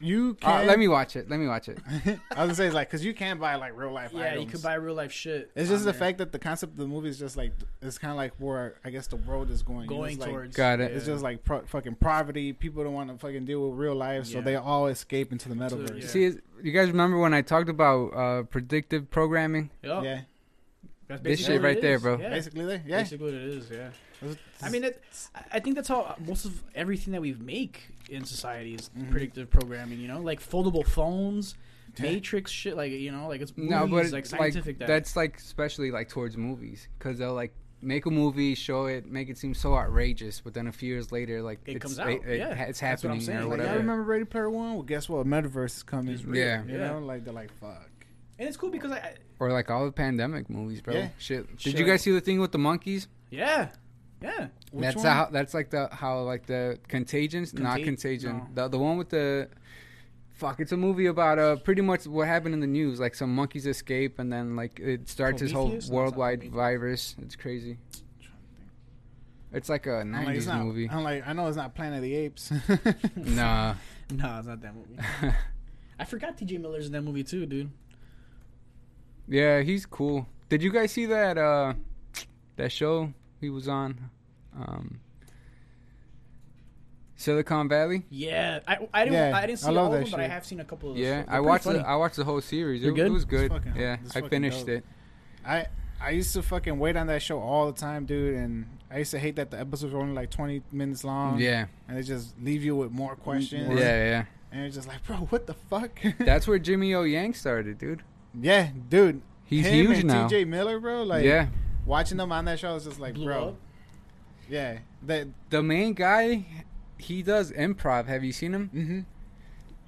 you Uh, can let me watch it. Let me watch it. i was gonna say like because you can buy like real life Yeah. You items. could buy real life shit. it's just on the there. fact that the concept of the movie is just like it's kind of like where i guess the world is going You know, going it's like- towards. Got it. it's just like pro- fucking poverty. People don't want to fucking deal with real life, so Yeah. they all escape into the To- metaverse. yeah. See, it's- you guys remember when I talked about uh, predictive programming? Yup. yeah. That's This basically shit what it right there, is. bro. Yeah. basically there. Yeah. Basically what it is. Yeah. That's- I mean, it, I- I think that's how most of everything that we make in society is Mm-hmm. Mhm. predictive programming. You know, like foldable phones, Yeah. Matrix shit. Like you know, like it's movies, No, but like like, scientific. data. that's like especially like towards movies because they'll like make a movie, show it, make it seem so outrageous, but then a few years later, like It it's, comes out, yeah. ha- it's That's what I'm happening saying, or like, Like, whatever. I remember Ready Player One. Well, guess what? Metaverse is coming. It's real. Yeah. You Yeah. know, like they're like, fuck. and it's cool because I, I Or like all the pandemic movies, bro. Yeah. Shit. Did Shit. you guys see the thing with the monkeys? yeah, yeah. Which that's one? how. That's like the how like the contagions, not Contag- contagion. no. The the one with the. Fuck! It's a movie about uh pretty much what happened in the news. Like some monkeys escape, and then like it starts this whole Prometheus? No, it's not worldwide Prometheus. virus. It's crazy. It's like a I'm like, '90s it's not, movie. I'm like, I know it's not Planet of the Apes. Nah. No, it's not that movie. I forgot T.J. Miller's in that movie too, dude. Yeah, he's cool. Did you guys see that uh that show he was on? Um Silicon Valley? Yeah, I, I didn't Yeah, I didn't see I all love of that them, but I shit. have seen a couple of those. Yeah, They're I pretty watched funny. the, I watched the whole series. They're It, good? it was good. fucking- yeah, it's I fucking finished dope. it. I I used to fucking wait on that show all the time, dude. And I used to hate that the episodes were only like 20 minutes long. yeah. And they just leave you with more questions. Yeah, yeah. And you're just like, bro, what the fuck? That's where Jimmy O Yang started, dude. yeah, dude. He's him huge and now. TJ Miller, bro. Like, yeah. watching them on that show is just like, Blew bro. up. Yeah. That. The main guy, he does improv. Have you seen him? hmm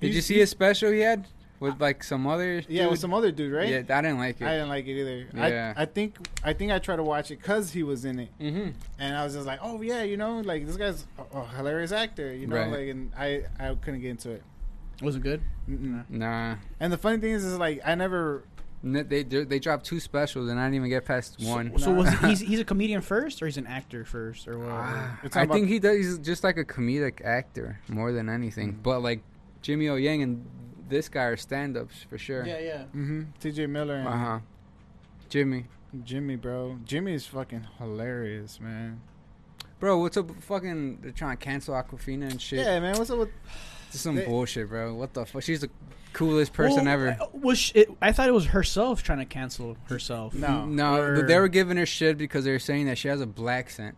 Did you He's- see his special he had with like some other Yeah, dude? with some other dude, right? Yeah, I didn't like I uh, it. didn't like it either. Yeah. I, I think I think I tried to watch it because he was in it, Mm-hmm. Mhm. and I was just like, oh yeah, you know, like this guy's a, a hilarious actor, you know, Right. like, and I I couldn't get into it. Was it good? Mm-mm. Nah. And the funny thing is, is like I never N- They they they dropped two specials and I didn't even get past one. So, so was he, he's he's a comedian first, or he's an actor first, or whatever? Ah, You're talking I about- think he does. He's just like a comedic actor more than anything. Mm. But like Jimmy O Yang and this guy are stand-ups for sure. yeah, yeah. Mm-hmm. T.J. Miller and Uh huh. Jimmy, Jimmy, bro. Jimmy is fucking hilarious, man. bro, what's up? with Fucking, they're trying to cancel Aquafina and shit. Yeah, man. What's up with? This is some They- bullshit, bro. What the fuck? She's the coolest person Well, ever. uh, Was she, it, I thought it was herself trying to cancel herself. No. No, Or- they were giving her shit because they were saying that she has a black scent.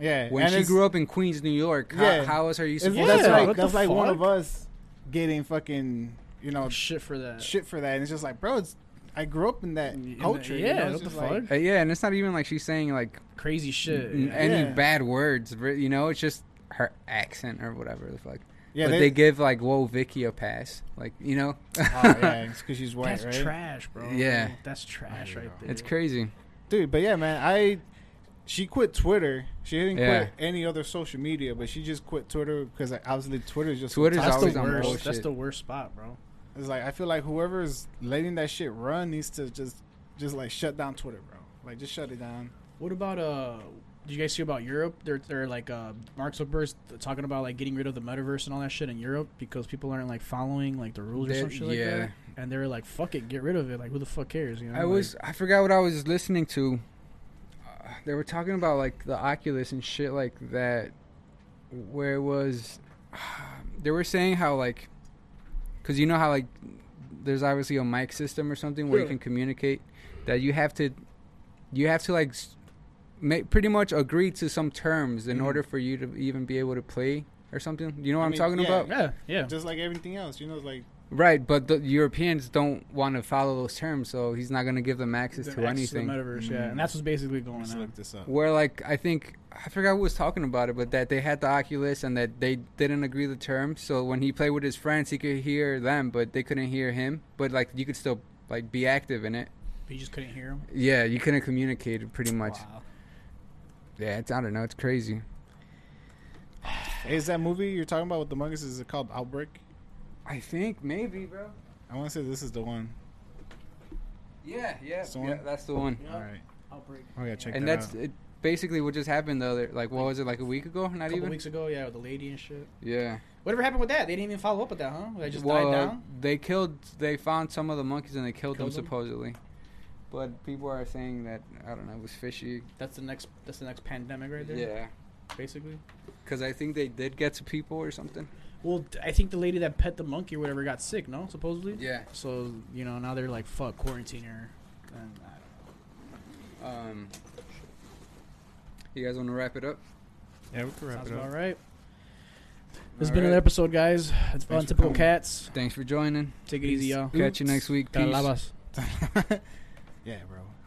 Yeah, When and she it's- grew up in Queens, New York, how, Yeah. how is her you it's- supposed that's Yeah, to? like what the that's like one fuck? of us getting fucking you know Mm, shit for that. shit for that, and it's just like, bro, it's, I grew up in that In the- culture. you yeah, know? It's what the just like- fuck? Uh, yeah, and it's not even like she's saying like Crazy shit. n- yeah. any Yeah. bad words. re- You know, it's just her accent or whatever the fuck. Yeah, but they, they, give like "Whoa, Vicky" a pass. Like you know, oh, yeah, it's because she's white, That's right? trash, bro. Yeah. that's trash right there. it's crazy. Dude, but yeah, man, I she quit Twitter. She didn't Yeah. quit any other social media, but she just quit Twitter because like, obviously Twitter is just so Twitter's toxic. That's always the on worst. bullshit. That's the worst spot, bro. It's like I feel like whoever's letting that shit run needs to just just like shut down Twitter, bro. Like just shut it down. What about uh? Did you guys see about Europe? They're they're like uh, Mark Zuckerberg's talking about like getting rid of the metaverse and all that shit in Europe because people aren't like following like the rules or They- some shit yeah. like that. And they're like, fuck it, get rid of it. Like, who the fuck cares? You know. I was I forgot what I was listening to. Uh, they were talking about like the Oculus and shit like that, where it was they were saying how like, because you know how like there's obviously a mic system or something where you Yeah. can communicate that you have to you have to like s- ma- pretty much agree to some terms in Mhm. order for you to even be able to play or something. You know what I I am mean, talking yeah. about? Like, yeah, yeah. Just like everything else, you know, it's like Right, but the Europeans don't want to follow those terms, so he's not going to give them access The to access to the anything. metaverse, yeah, Mm. and that's what's basically going let's on. look this uh, up. where like I think I forgot who was talking about it, but that they had the Oculus and that they didn't agree the terms. So when he played with his friends, he could hear them, but they couldn't hear him. But like you could still like be active in it. But you just couldn't hear him. Yeah, you couldn't communicate it pretty much. Wow. Yeah, it's I don't know, it's crazy. Is that movie you're talking about with the monkeys? Is it called Outbreak? I think maybe, bro. I want to say this is the one. Yeah, yeah, That's the one? that's the one. Yeah. All right, Outbreak. I gotta check and that that's out. it, basically what just happened the other like what was it like a week ago? A Not couple even. weeks ago, yeah, with the lady and shit. Yeah. Whatever happened with that? They didn't even follow up with that, huh? They just Well, died down. They killed. They found some of the monkeys and they killed, Killed them, them? supposedly. But people are saying that I don't know. It was fishy. That's the next. That's the next pandemic right there. Yeah, basically. because I think they did get to people or something. Well, d- I think the lady that pet the monkey or whatever got sick. No, supposedly. Yeah. So you know now they're like fuck quarantine her. And uh, I don't Um. You guys want to wrap it up? Yeah, we know. can wrap Sounds it up. about right. This has All been right. another episode, guys. It's Thanks for Untypical coming. Cats. Thanks for joining. Take it easy, y'all. Catch you next week. Peace. Calabas. yeah, bro.